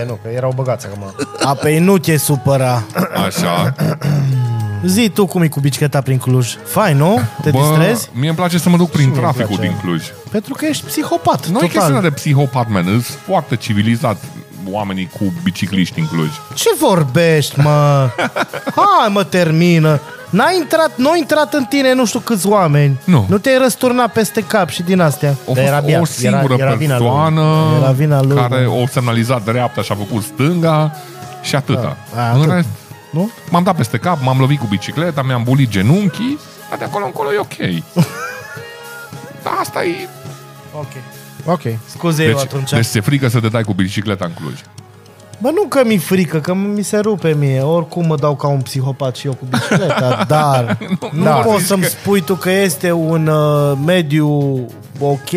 E, nu, că erau băgați acum.
A, păi nu te supăra. *coughs*
Așa.
Zi tu cum e cu bicicleta prin Cluj. Fai, nu? Te Bă, distrezi?
mie îmi place să mă duc prin
mie îmi
traficul
place.
din Cluj.
Pentru că ești psihopat,
Nu e chestiune
total.
de psihopat, man. Sunt foarte civilizat oamenii cu bicicliști în Cluj.
Ce
*laughs*
vorbești, mă? Hai, mă, termină. N-a intrat, nu a intrat în tine nu știu câți oameni.
Nu.
Nu te-ai răsturnat peste cap și din astea.
A
Dar
fost
era
era o
beat.
singură
Era- era vina lui.
persoană
Era vina lui, da.
care
bă.
o semnalizat dreapta și a făcut stânga și atâta.
Da,
În
atât.
rest,
Nu?
m-am dat peste cap, m-am lovit cu bicicleta, mi-am bulit genunchii, dar de acolo încolo e
*laughs*
ok. Dar asta e...
Ok.
Ok.
Scuze eu
Deci,
atunci.
deci se frică să te dai cu bicicleta în Cluj.
Bă, nu că mi frică, că mi se rupe mie. Oricum mă dau ca un psihopat și eu cu
*laughs*
bicicleta, dar nu,
nu
poți
zici
să-mi
că-
spui tu că este un uh, mediu ok.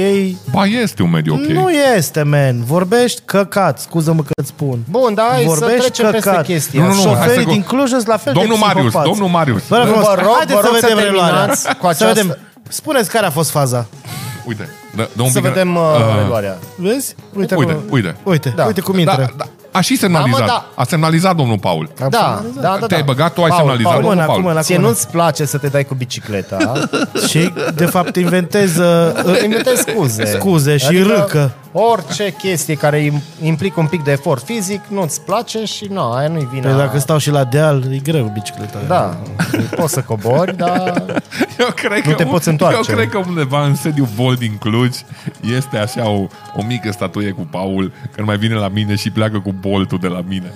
Ba, este un mediu ok.
Nu este, man. Vorbești căcat, scuză-mă că îți spun.
Bun, dar hai să
Vorbești
trecem
căcat.
peste chestia.
Nu, nu, nu, hai
Șoferii
să-
din Cluj sunt la fel
Domnul
de
Marius,
psihopați.
domnul Marius.
Vă rog,
Vă
frumos,
rog,
haideți
vă
să
rog să
vedem reluarea.
terminați cu
Să
această-
vedem. Spuneți care a fost faza.
Uite, dă, dă un
Să
pic de-
vedem uh, reluarea.
Vezi? Uite,
Uite,
cum-
uite.
Uite,
Da.
uite cum
da,
intră.
da, a și semnalizat.
Da, mă,
A semnalizat domnul Paul.
Da,
Absolut.
da, da.
Te-ai
da.
băgat, tu ai semnalizat,
Cu
Domnul
mâna,
Paul.
cu mâna, cu
Ție
mâna.
nu-ți place să te dai cu bicicleta
Și, de fapt, inventez uh,
*laughs* Îmi te scuze Adică
Scuze și râcă.
Orice chestie care im- implică un pic de efort fizic Nu-ți place și nu, aia nu-i vina
Păi dacă stau și la deal, e greu bicicleta.
Da, poți să cobori,
*laughs*
dar
Eu cred
Nu
că
te
un-
poți întoarce.
Eu cred că undeva în sediu Vol din Cluj este așa o, o mică statuie cu Paul, că nu mai vine la mine și pleacă cu boltul de la mine.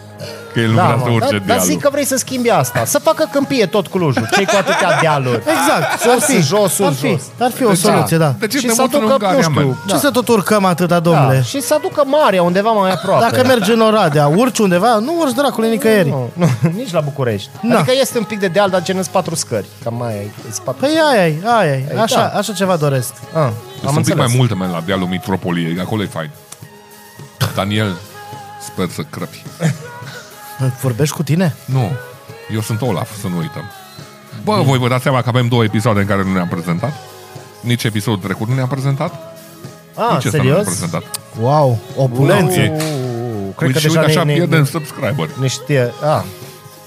Că el nu
da,
vrea să
mă,
urce
dar, dar
dealul.
zic că vrei să schimbi asta Să facă câmpie tot Clujul, cei cu atâtea dealuri
Exact,
Sus,
ar fi.
jos, sus,
ar fi,
jos.
Ar fi o soluție, da.
De ce
Și
te
să
muți în
aducă,
Ungaria,
nu știu,
man?
Ce
Da.
să tot urcăm
da.
atâta, domnule?
Și să aducă marea undeva mai aproape
Dacă mergi în Oradea, urci undeva, nu urci dracule nicăieri.
nu, nu, nici la București.
Da.
Adică este un pic de deal, dar gen patru scări. Cam aia e îs patru
Păi aia e, aia e.
Ei,
Așa,
da.
așa ceva doresc.
Ah, am
Sunt un pic mai multe, man, la dealul Mitropoliei, că acolo e fain. Daniel, sper să crăpi.
Păi, Vorbești cu tine?
Nu, eu sunt Olaf, să nu uităm. Bă, voi vă dați seama că avem două episoade în care nu ne-am prezentat. Nici episodul trecut nu ne-am prezentat.
Ah,
nici ăsta nu ne-am
serios?
prezentat.
Wow,
Nu,
opulent.
e-
Uuu, Cred că
Uite, Păi și uite
deja
așa
ne, ne,
pierdem
ne,
subscriber.
ne știe. Ah.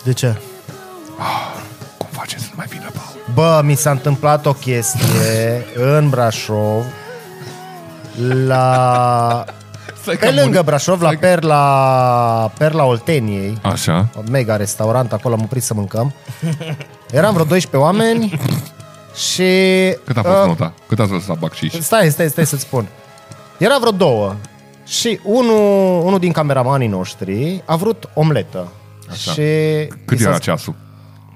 De ce?
Cum facem să nu mai vină, Paul?
Bă, mi s-a întâmplat o chestie în Brașov la...
Stai că
Pe
mori.
lângă Brașov, la Perla, Perla Olteniei,
Așa.
un mega restaurant, acolo am oprit să mâncăm. Eram vreo 12 oameni și...
Cât a fost
uh,
nota? Cât ați lăsat bacșiș?
Stai, stai, stai să-ți spun. Era vreo două. Și unul, unul din cameramanii noștri a vrut omletă.
Așa.
Și i
Cât
s-a
era
spus-
ceasul?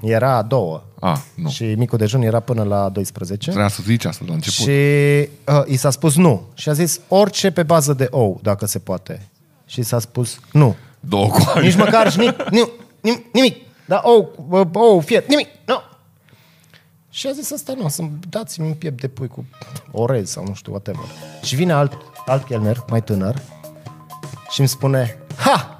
Era a două.
A, nu.
Și micul dejun era până la 12.
Trebuia să zici asta la început.
Și uh, i s-a spus nu. Și a zis orice pe bază de ou, dacă se poate. Și s-a spus nu.
Două coaie.
Nici măcar și nici, nu, nim, nimic. Da, ou, bă, ou, fiert, nimic. Nu. Și a zis asta nu, să dați-mi un piept de pui cu orez sau nu știu, whatever. Și vine alt, alt chelner, mai tânăr, și îmi spune, ha,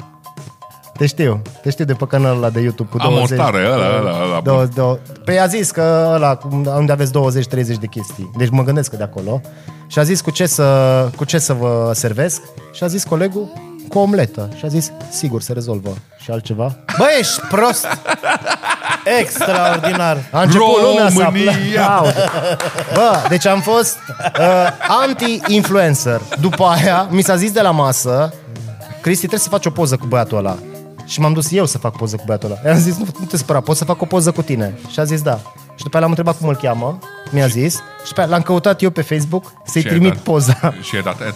te știu, te știu de pe canalul ăla de YouTube cu
Am o
20.
tare, ăla, ăla, ăla, bun.
Două, două. Păi a zis că ăla, cum- unde aveți 20-30 de chestii. Deci mă gândesc că de acolo. Și a zis cu ce să, cu ce să vă servesc. Și a zis colegul, cu o omletă. Și a zis, sigur, se rezolvă. Și altceva.
Bă, ești
*laughs*
prost! Extraordinar!
A început lumea să
România!
aplaude. Bă, deci am fost uh, anti-influencer. După aia, mi s-a zis de la masă, Cristi, trebuie să faci o poză cu băiatul ăla. Și m-am dus eu să fac poză cu băiatul ăla. I-am zis, nu, nu te spăra, pot să fac o poză cu tine. Și a zis, da. Și după aia l-am întrebat cum îl cheamă, mi-a zis. Și după aia l-am căutat eu pe Facebook să-i
Și ai
trimit
dat.
poza. *laughs*
Și e dat. eh,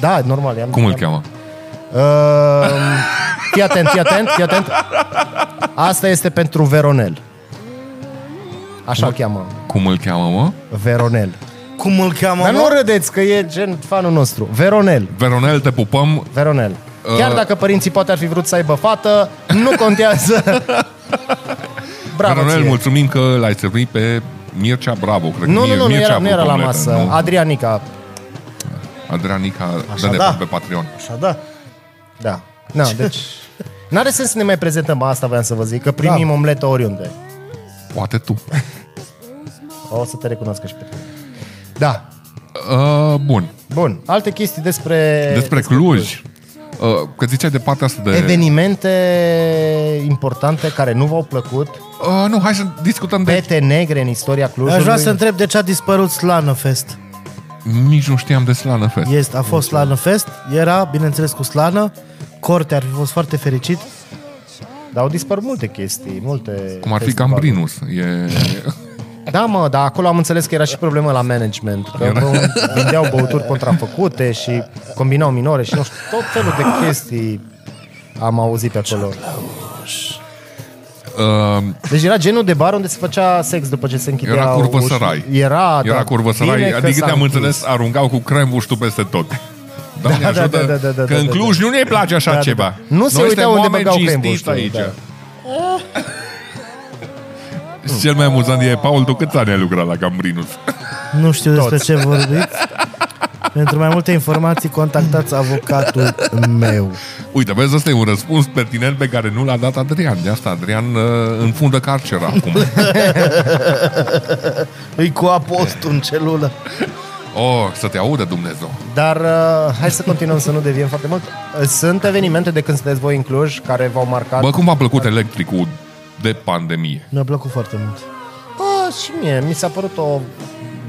Da, normal. I-am
Cum îl cheamă?
Uh, fii atent, fii atent, fii atent. Asta este pentru Veronel. Așa o cheamă.
Cum îl cheamă, mă?
Veronel.
Cum îl cheamă,
Dar nu
mă?
râdeți că e gen fanul nostru. Veronel.
Veronel, te pupăm.
Veronel. Chiar
Uh.
dacă părinții poate ar fi vrut să aibă fată, nu
*laughs*
contează. Bravo
Veronel,
ție.
mulțumim că l-ai servit pe Mircea Bravo. Cred
Nu,
că
nu, nu, nu
Mircea
era,
a
nu
făcut
era la
omletă,
masă.
nu?
Adrianica.
Adrianica,
Așa,
dă-ne
da.
pe Patreon.
Așa, da.
Da. Na, deci... N-are sens să ne mai prezentăm, asta voiam să vă zic, că primim
Da.
omletă oriunde.
Poate tu. *laughs*
O să te recunoască și pe tine. Da.
Uh, bun.
Bun. Alte chestii despre...
Despre Cluj. Uh, că ziceai de partea asta de...
Evenimente importante care nu v-au plăcut,
Uh, nu, hai să discutăm de...
pete negre în istoria Clujului.
Deci- Aș vrea să întreb de ce a dispărut Slană Fest.
Nici nu știam de Slană Fest.
Este, a fost Slană Fest, era, bineînțeles, cu Slană, Corte ar fi fost foarte fericit.
Dar au dispărut multe chestii, multe...
Cum ar fi
festivaluri.
Gambrinus. E...
Da, mă, dar acolo am înțeles că era și problemă la management. Că bă, vindeau băuturi contrafăcute și combinau minore și nu știu, tot felul de chestii am auzit pe acolo.
Uh,
Deci era genul de bar unde se făcea sex după ce se închidea
era curvă
ușa.
sărai.
Era,
Era
da,
curvă
bine
sărai.
că
Adică
s-a
te-am
închis.
înțeles, aruncau cu cremvuștul peste tot. Doamne
da,
ajută,
da, da, da, da,
că în
da,
Cluj
da.
nu ne place așa
Da, da, da.
ceva.
Nu se uitau
Noi suntem
unde
oameni
băgau
cinstiți
crembuștul,
aici.
da. Da.
Și cel mai amuzant e, Paul, tu câți ani ai lucrat la Gambrinus?
Nu știu despre ce *laughs* vorbiți. Pentru mai multe informații, contactați avocatul meu.
Uite, vezi, ăsta e un răspuns pertinent pe care nu l-a dat Adrian. De asta Adrian uh, înfundă carcera acum.
*laughs*
Îi cu apostul în celulă.
Oh, să te audă Dumnezeu.
Dar uh, hai să continuăm să nu deviem foarte mult. Sunt evenimente de când sunteți voi în Cluj care v-au marcat.
Bă, cum a plăcut electricul de pandemie?
Mi-a plăcut foarte mult.
Bă, și mie mi s-a părut o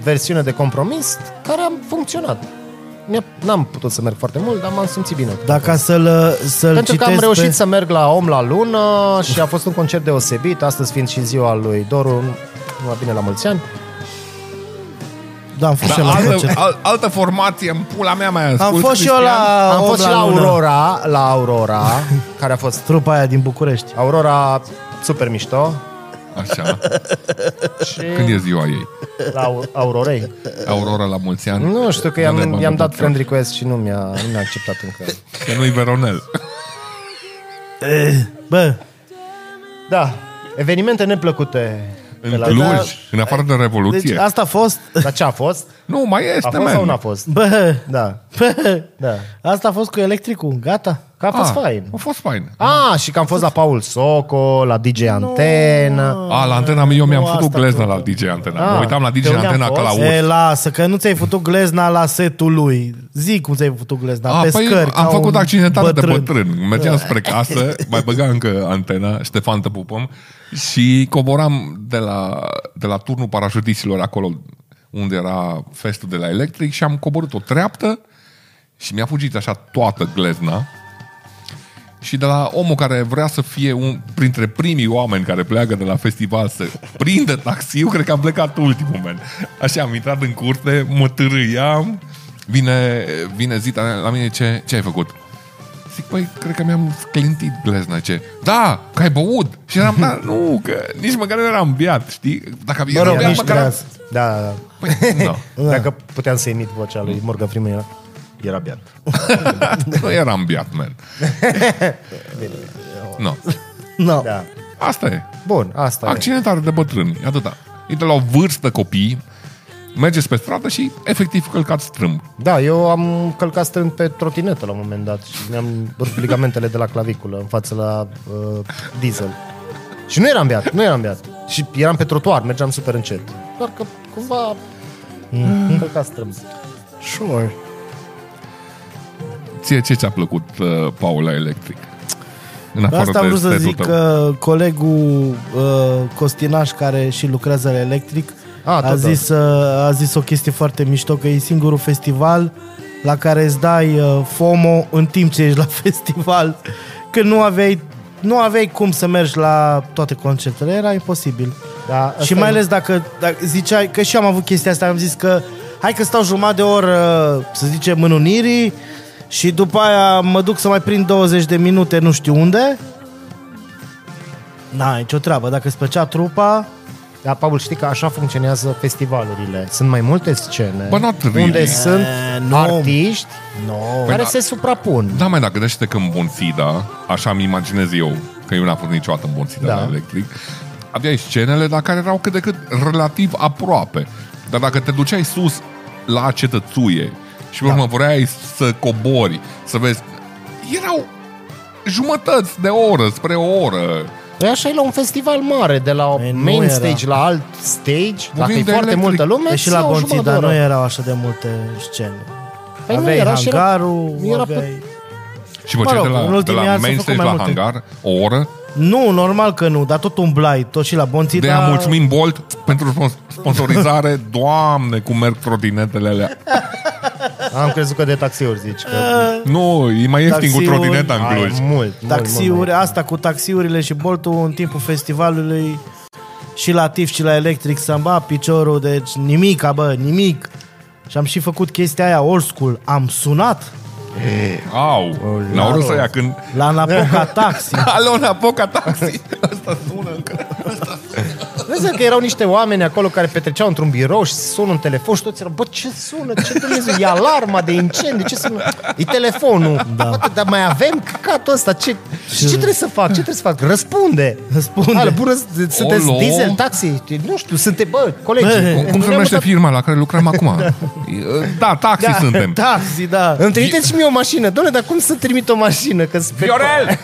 versiune de compromis care a funcționat. Mi-a- N-am putut să merg foarte mult, dar m-am simțit bine.
Dar ca să-l, să-l
Pentru că am
citesc
reușit
pe...
să merg la Om la Lună și a fost un concert deosebit, astăzi fiind și ziua lui Doru, numai bine la mulți ani.
Da, am fost și
Da,
eu la
altă,
concert.
al, altă formație, în pula mea mai ascult,
Am fost și eu
Cristian.
la...
Am fost și la
Lună.
Aurora, la Aurora,
*laughs*
care a fost
Trupa aia din București.
Aurora super mișto
Așa.
și
Când e ziua ei?
la Au- Aurorei.
Aurora la mulți ani?
Nu știu că
Nu ne
i-am,
bag
i-am
în
dat
podcast.
friend request și nu mi-a, nu mi-a acceptat încă.
Că nu-i Veronel.
Bă,
Da, evenimente neplăcute. pe
În
la-
Cluj,
Da,
în afară de Revoluție.
deci asta a fost...
Dar ce a fost?
Nu, mai
A
este,
fost sau
man.
n-a fost?
Bă,
Da,
bă,
da.
asta a fost cu electricul, gata.
Că a fost
Ah,
fain.
A fost fain.
A, și că am fost la Paul Soco, la DJ Antena.
A, la antena eu mi-am
Nu,
făcut
asta
glezna la DJ Antena. Mă
Ah,
uitam la DJ
te unde am
Antena ca la
fost?
urs.
E, lasă, că nu ți-ai făcut glezna la setul lui. Zi cum ți-ai făcut glezna,
A,
Da, pe
păi
scări,
am
ca
făcut
un Da.
accidentare de bătrân. Mergeam spre casă, mai băga încă antena, Ștefan, te pupăm, și coboram de la, de la turnul parașutiștilor acolo unde era festul de la electric și am coborât o treaptă și mi-a fugit așa toată glezna și de la omul care vrea să fie un, printre primii oameni care pleacă de la festival să prindă taxiul, cred că am plecat ultimul, man. Așa, am intrat în curte, mă târâiam, Vine, vine Zita la mine, ce, ce ai făcut? Zic, păi, cred că mi-am clintit glezna, ce? Da, că ai băut! Și eram, da, nu, că nici măcar nu eram beat, știi? Dacă
Mă
eram
rog,
beat,
nici
măcar...
treaz. Da, da, da.
Păi, da.
Da. Dacă puteam să imit vocea lui Morgan Freeman, era, era beat.
nu eram beat,
*laughs*
man. nu.
No. Da.
Da.
Asta e.
Bun,
Păi.
asta e.
Accidentare de bătrâni, atâta. E de la o vârstă copii, mergeți pe stradă și efectiv călcați strâmb.
Da, eu am călcat strâmb pe trotinetă la un moment dat și mi-am rupt ligamentele de la claviculă în față la uh, diesel. Și nu eram beat, nu eram beat. Și eram pe trotuar, mergeam super încet. Doar că cumva
Mhm.
mm-hmm. călcat strâmb. Sure.
Ție ce ți-a plăcut, uh, Paula Electric? În
Pe asta am vrut să
stetul
zic că colegul uh, Costinaș, care și lucrează la electric,
A,
a,
tot, da.
a, zis, uh, a zis o chestie foarte mișto, că e singurul festival la care îți dai uh, FOMO în timp ce ești la *laughs* festival, că nu aveai, nu aveai cum să mergi la toate concertele, era imposibil.
Da, asta
și
e-
mai ales dacă, dacă ziceai, că și eu am avut chestia asta, am zis că hai că stau jumătate de oră, să zicem, în Unirii și după aia mă duc să mai prind 20 de minute nu știu unde. N-ai nicio treabă, dacă îți plăcea trupa,
Da, Paul, știi că așa funcționează festivalurile. Sunt mai multe scene
But not really.
unde sunt
nu.
artiști
no.
care
da.
se suprapun.
Da, mai dacă gândește că în Bonțida, așa mi imaginez eu, că eu n-am fost niciodată în Bonțida
Da.
da. la electric, aveai scenele, dar care erau cât de cât relativ aproape. Dar dacă te duceai sus la cetățuie și
Da.
pe urmă vreai să cobori, să vezi, erau jumătăți de oră spre o oră.
E Păi așa e la un festival mare, de la
Ei, nu
main
era.
stage la alt stage, dacă e
de
foarte
electric.
multă lume,
deși la Bonții, dar nu
e...
erau așa de multe scene.
Păi nu,
aveai
era și era-
hangarul,
era pe-
aveai...
Și mă,
Mă
mă
rog,
de
în
la, de
ultimii
la
ani s-au
main
făcut
stage
mai
la
multe.
hangar, o oră,
Nu, normal că nu, dar tot umblai, tot și la Bonții,
de aia mulțumim Bolt pentru spons- sponsorizare. Doamne, cum merg trotinetele alea.
Am crezut că de taxiuri zici că
Nu, e mai ieftin cu
Taxiuri.
trotineta în
ai,
Cluj.
mult, mult, mult, mult.
Taxiuri, asta cu taxiurile și boltul în timpul festivalului și la TIF și la Electric să-mi bat piciorul, deci nimic, bă, nimic. Și am și făcut chestia aia old school. Am sunat
Au, la ora să ia când... *laughs*
la Napoca Taxi.
Alona Poca Taxi. Asta sună încă.
Vezi că erau niște oameni acolo care petreceau într-un birou și sună un telefon și toți erau, bă, ce sună, ce Dumnezeu, e alarma de incendiu, ce sună? E telefonul. Da. Bă, dar mai avem căcatul ăsta, ce, și ce trebuie să fac, ce trebuie să fac? Răspunde.
Răspunde.
Ale, bună, sunteți
Olo.
diesel, taxi, nu știu, sunte, bă, colegi.
Bă,
Cum, cum se numește firma la care lucrăm acum? Da, taxi suntem.
Taxi, da.
Îmi trimiteți și mie o mașină. Doamne, dar cum să trimit o mașină? Că
Viorel!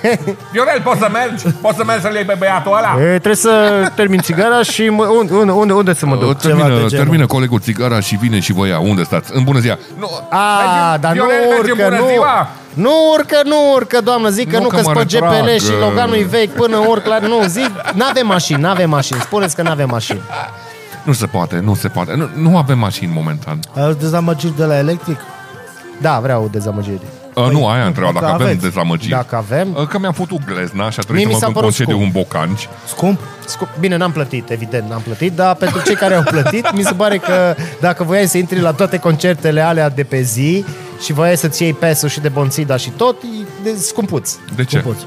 Viorel, poți să mergi? Poți să mergi să-l iei pe băiatul ăla?
E, trebuie să termin țigara și mă, unde, unde, unde, unde să mă duc?
de
Termină,
genul.
termină colegul țigara și vine și vă ia. Unde stați? În bună ziua. Nu,
A,
mergem-
dar nu
Viorel, mergem,
urcă,
bună
nu,
ziua!
nu urcă, nu urcă, doamnă, zic că
Nu,
nu,
că
că
mă
pe GPL
retrag.
și Loganul e vechi până urc la... Nu, zic, n-avem mașini, n-avem mașini, spuneți că n-avem mașini.
Nu se poate, nu se poate. Nu, nu avem mașini momentan.
Ai auzit dezamăgiri de la Electric?
Da, vreau o dezamăgire.
Uh, nu, aia întreba, dacă
dacă
avem
aveți.
dezamăgiri.
Dacă avem,
Uh, Că mi-am făcut glezna și
Mie
a trebuit
mi
să
s-a
mă duc
părut
concediu
scump.
un bocanci.
Scump?
Scu- Bine, n-am plătit, evident, n-am plătit, dar pentru cei care au plătit, mi se pare că dacă voiai să intri la toate concertele alea de pe zi și voiai să-ți iei pass și de Bonțida și tot, e de scumpuț.
De ce?
Poți.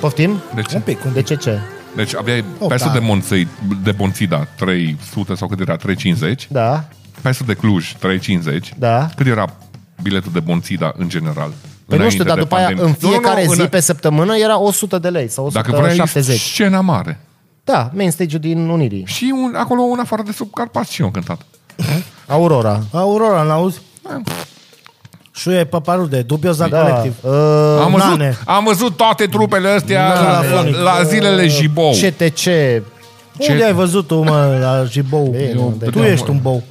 Poftim?
De ce?
Un pic, un
De
pic.
ce ce?
Deci aveai
Oh,
pesul
da.
de, Monței, de Bonțida, 300 sau cât era, 350.
Da,
Pesul de Cluj, 350.
da.
Cât era biletul de Bonțida în general?
Păi nu știu, dar după aia în fiecare
nu,
zi
în-
pe săptămână era 100 de lei sau
Dacă vrei
170.
scena mare.
Da, main stage-ul din Unirii.
Și un, acolo un afară de sub Carpați și eu am cântat.
Aurora.
Aurora, n-auzi?
Da.
Și e paparul de dubios la
Da.
colectiv.
Uh,
Am
Nane.
văzut, am văzut toate trupele astea la,
Nane.
la, la zilele Jibou.
CTC.
ce-
Unde ai văzut tu, mă, la Jibou?
nu,
de
tu
ce am
ești
vorbit?
un bou.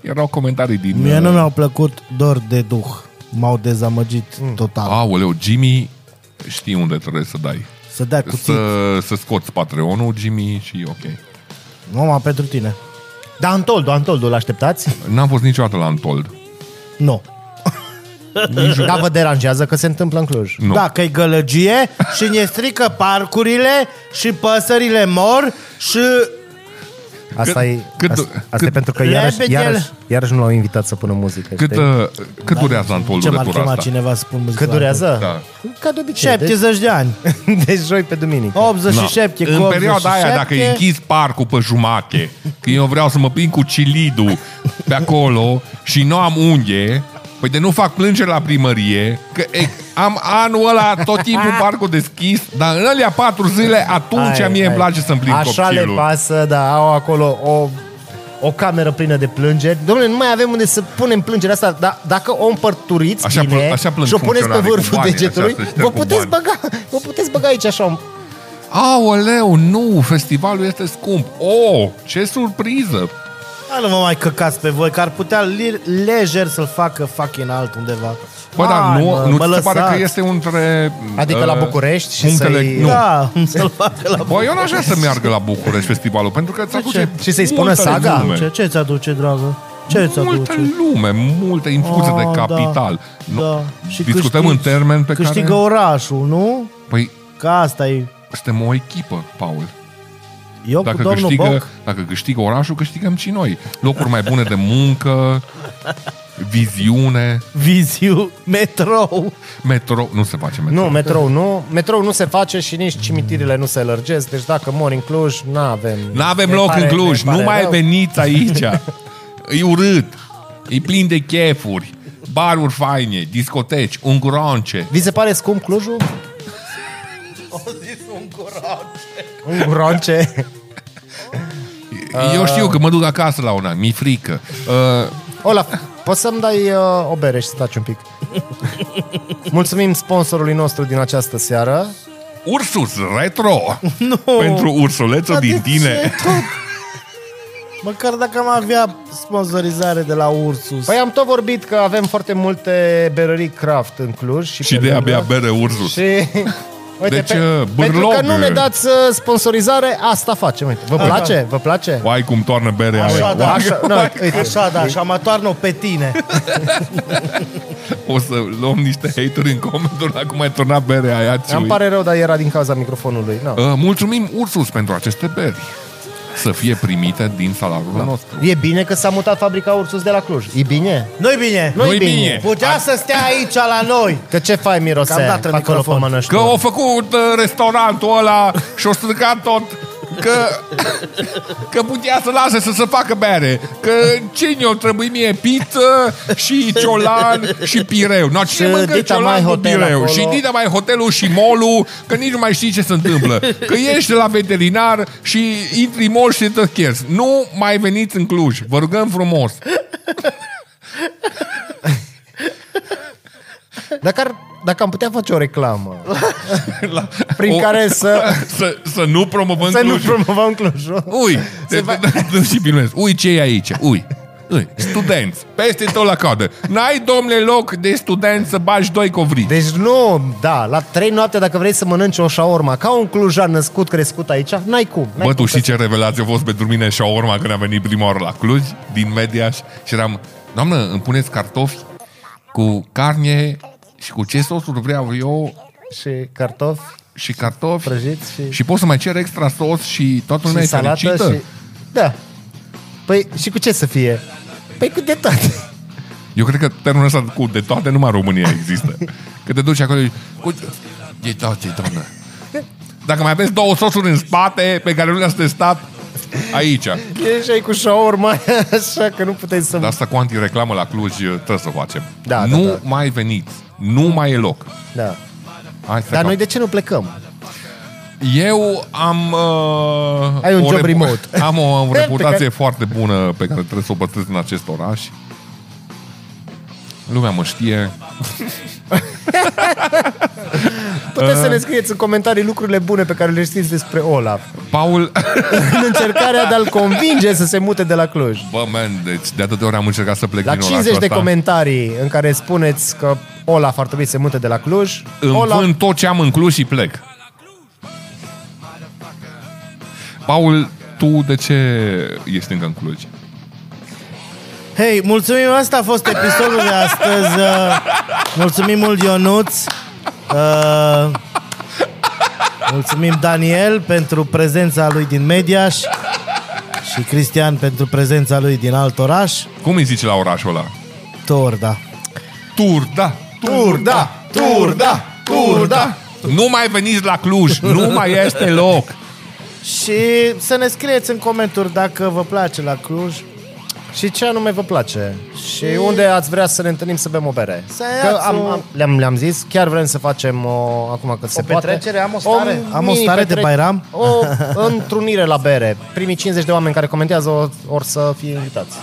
Erau comentarii din...
Mie nu mi-au plăcut dor de duh. M-au dezamăgit total.
Aoleu, Jimmy, știi unde trebuie să dai.
Să dai cuțit. Să...
Să, să scoți Patreonul, Jimmy, și ok.
Mama, pentru tine.
Da, Antoldu, Antoldu, l-așteptați?
N-am fost niciodată la Antold.
Nu.
Da, vă deranjează că se întâmplă în Cluj.
Nu.
Dacă e gălăgie și ne strică parcurile și păsările mor și
Asta
Cât-
e,
cât-
asta, asta e
cât-
pentru că iarăși,
Repede-l.
iarăși, iarăși nu l-au invitat să pună muzică.
Cât,
știi?
uh,
Da.
cât durează Antol
Ce m-ar
legătura
chema
asta?
cineva să pun muzică?
Cât durează? deci-
Da.
Ca de obicei. Oh, De,
70 de
*laughs*
ani.
de deci joi pe duminică.
87
în
cu
perioada aia,
87,
dacă îi închizi parcul pe jumate, că eu vreau să mă prind cu cilidu pe acolo și nu am unghie, păi de nu fac plângeri la primărie, că e, am anul ăla
*laughs*
tot timpul parcul deschis, dar în alea patru zile, atunci
Hai,
mie
hai.
îmi place să-mi prind
Așa
copilul.
le pasă, da, au acolo o, o cameră plină de plângeri. Domnule, nu mai avem unde să punem plângerea asta, dar dacă o împărturiți
Așa
bine
pl- așa plâng
și o puneți pe
funcționarii
vârful
cu banii,
degetului,
așa se șterg
vă
cu
puteți,
bani.
băga, vă puteți băga aici așa un
Aoleu, nu, festivalul este scump. Oh, ce surpriză!
Hai nu vă mai căcați pe voi, că ar putea li- lejer să-l facă fucking altundeva.
Bă, dar
Hai,
nu,
mă,
nu
mă
ți se pare
lăsați.
că este între...
Adică la București și
punctele-
să-i-
Nu,
Da, *laughs* să-l facă la
Bă, eu n-aș vrea să meargă la București festivalul, pentru că ți aduce
Și să-i spună
multă
saga?
Lume.
Ce, ce ți-aduce, dragă? Ce
Multă
ți-aduce?
lume, multe infuzii
Ah,
de
da,
capital. Nu,
Da.
discutăm
câștigi-
în termen pe
câștigă
care...
orașul, nu?
Păi,
Că asta e.
suntem o echipă, Paul.
Eu
Dacă
cu domnul
câștigă,
Boc.
dacă câștigă orașul, câștigăm și noi. Locuri mai bune de muncă, viziune,
Viziu, metrou.
metro... Nu se face metro.
Nu, metrou nu. Metrou nu se face și nici cimitirile nu se lărgesc, deci dacă mori în Cluj, nu avem...
N-avem loc în Cluj, nu mai veniți
*laughs*
aici. E urât, e plin de chefuri, baruri faine, discoteci, ungronce.
Vi se pare scump Clujul? Un gronce. Ah.
Eu știu că mă duc acasă la una, mi-e frică. Uh,
Olaf, poți să-mi dai uh, o bere și să taci un pic? Mulțumim sponsorului nostru din această seară.
Ursus retro no. pentru ursulețul din tine.
Măcar dacă am avea sponsorizare de la Ursus.
Păi am tot vorbit că avem foarte multe berării craft în Cluj. Și,
Și
pe
de
lângă.
abia bere ursus.
Și... Uite,
Deci,
pe,
uh,
pentru
bârlog.
că nu ne dați uh, sponsorizare, asta facem. Uite, vă
da.
place? Vă place?
Oai cum toarnă berea
Așa,
aia.
da,
Așa,
așa,
nu,
da,
uite.
așa, da, așa, mă toarnă pe tine.
O să luăm niște hateri în comentariu dacă mai turna berea aia.
Îmi
țiui.
pare rău, dar era din cauza microfonului. No.
Uh, mulțumim Ursus pentru aceste beri. Să fie primite din salariul
Da.
nostru.
E bine că s-a mutat fabrica Ursus de la Cluj. E bine?
Nu-i bine.
Nu-i bine.
Putea să stea aici la noi.
Că ce fai mirose
Că am dat în
pe acolo pe
microfon.
Că
mănăștori?
au făcut uh, restaurantul ăla și o stricat tot Că, că putea să lase să se facă bere Că cine o trebuie mie pizza și ciolan și pireu no, cine
Și
mănâncă
Dita
ciolan
Mai
cu
Hotel
pireu
acolo.
Și Dita mai hotelul și molul Că nici nu mai știi ce se întâmplă Că ești la veterinar și intri în mol și te cherzi Nu mai veniți în Cluj, vă rugăm frumos
Dacă, ar, dacă am putea face o
*laughs*
reclamă prin care să,
Să, să nu promovăm
să nu
Clujul.
promovăm Clujul.
Ui, te, te, te, și filmezi. Ui, ce e aici? Ui. Ui, studenți, peste tot la coadă. N-ai, domnule, loc de studenți să bagi doi covrici.
Deci nu, da, la trei noapte dacă vrei să mănânci o șaorma ca un clujan născut, crescut aici, n-ai cum. N-ai
Bă,
cum
tu știi ce revelație a fost pentru mine și urma când am venit prima oară la Cluj, din Mediaș, și eram, doamnă, îmi puneți cartofi cu carne și cu ce sosuri vreau eu
Și cartofi
și cartofi
prăjiți și,
și pot să mai cer extra sos și toată lumea
și
e
salată
fericită.
și... Da. Păi și cu ce să fie? Păi cu de
*laughs*
toate.
Eu cred că termenul ăsta cu de toate numai în România există. Că te duci acolo și... Cu... De toate, doamnă. Dacă mai aveți două sosuri în spate pe care nu le-ați testat, aici.
Ești ai cu șaorma așa că nu puteai să...
Dar asta cu antireclamă la Cluj eh, trebuie să o facem.
Da, da,
nu
da.
mai veniți. Nu mai e loc.
da.
Hai să
Dar
cap.
noi de ce nu plecăm?
Eu am... Uh,
Ai un
o
job
repu-
remote.
*laughs* Am o
Pe
reputație
care-
foarte bună pe care trebuie să o păstrez în acest oraș. Lumea mă știe.
Puteți
Uh.
să ne scrieți în comentarii lucrurile bune pe care le știți despre Olaf.
Paul...
În încercarea de a-l convinge să se mute de la Cluj.
Bă, man, deci de atâtea ori am încercat să plec
La
din
50 de
orașul ăsta.
comentarii în care spuneți că Olaf ar trebui să se mute de la Cluj,
Îmi
Olaf
vând tot ce am în Cluj și plec. Paul, tu de ce ești încă în Cluj?
Hei, mulțumim, asta a fost episodul de astăzi. Uh, Mulțumim mult, Ionuț. Uh, Mulțumim, Daniel, pentru prezența lui din Mediaș. Și Cristian pentru prezența lui din alt oraș,
Cum îi zici la orașul ăla?
Torda.
Turda!
Turda! Turda! Turda!
Nu mai veniți la Cluj, nu mai este loc.
Și să ne scrieți în comentarii dacă vă place la Cluj.
Și ce anume vă place? Și unde ați vrea să ne întâlnim să bem o bere?
Să
Că
iați
am,
o-
am, le-am, le-am zis, chiar vrem să facem o, acum că se poate.
petrecere, am o stare. Am o
mini
stare de
petrec-
Bairam?
O întrunire la bere. Primii 50 de oameni care comentează o- or să fie invitați.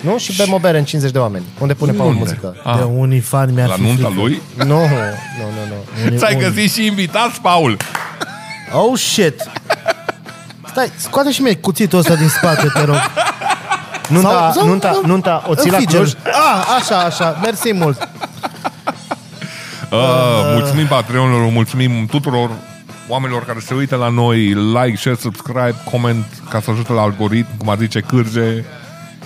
Nu? Și bem o bere în 50 de oameni. Unde pune Paul
Unde?
muzică?
Ah.
De unii fani mi-ar
La
fi
nunta
frică.
lui?
Nu, nu, nu, nu.
Ți-ai găsit și invitați, Paul.
Oh, shit! Stai, scoate și mie cuțitul ăsta din spate, te rog.
Nunta,
Sau-
nunta, nunta, o ții la
Înfige-l.
Cluj?
A, așa, așa, mersi mult.
Uh,
Ah.
mulțumim Patreonilor, mulțumim tuturor oamenilor care se uită la noi, like, share, subscribe, coment, ca să ajute la algoritm, cum ar zice cârge.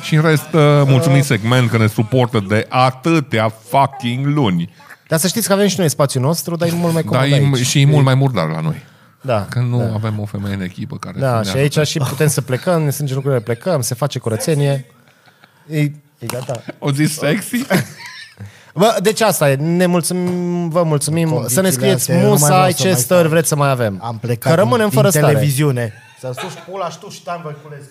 Și în rest, uh,
Ah.
mulțumim segment că ne suportă de atâtea fucking luni.
Dar să știți că avem și noi spațiul nostru, dar e mult mai
Dar
comod
Da, e,
aici.
și e mult mai murdar la noi.
Da.
Că nu da. avem o femeie în echipă care
Da,
să
și
ne
aici și putem să plecăm, ne strângem lucrurile, plecăm, se face curățenie. E, e gata.
ajute. O zis sexy?
*laughs* Bă, deci asta e, ne mulțumim, vă mulțumim. să ne scrieți
astea, eu nu mai vreau
musai
să
ce
mai
stări
stau.
vreți să mai avem.
Am plecat
Că rămânem
din,
fără
din
stare.
televiziune. Să-mi suși pula și tu și tan voi culezi.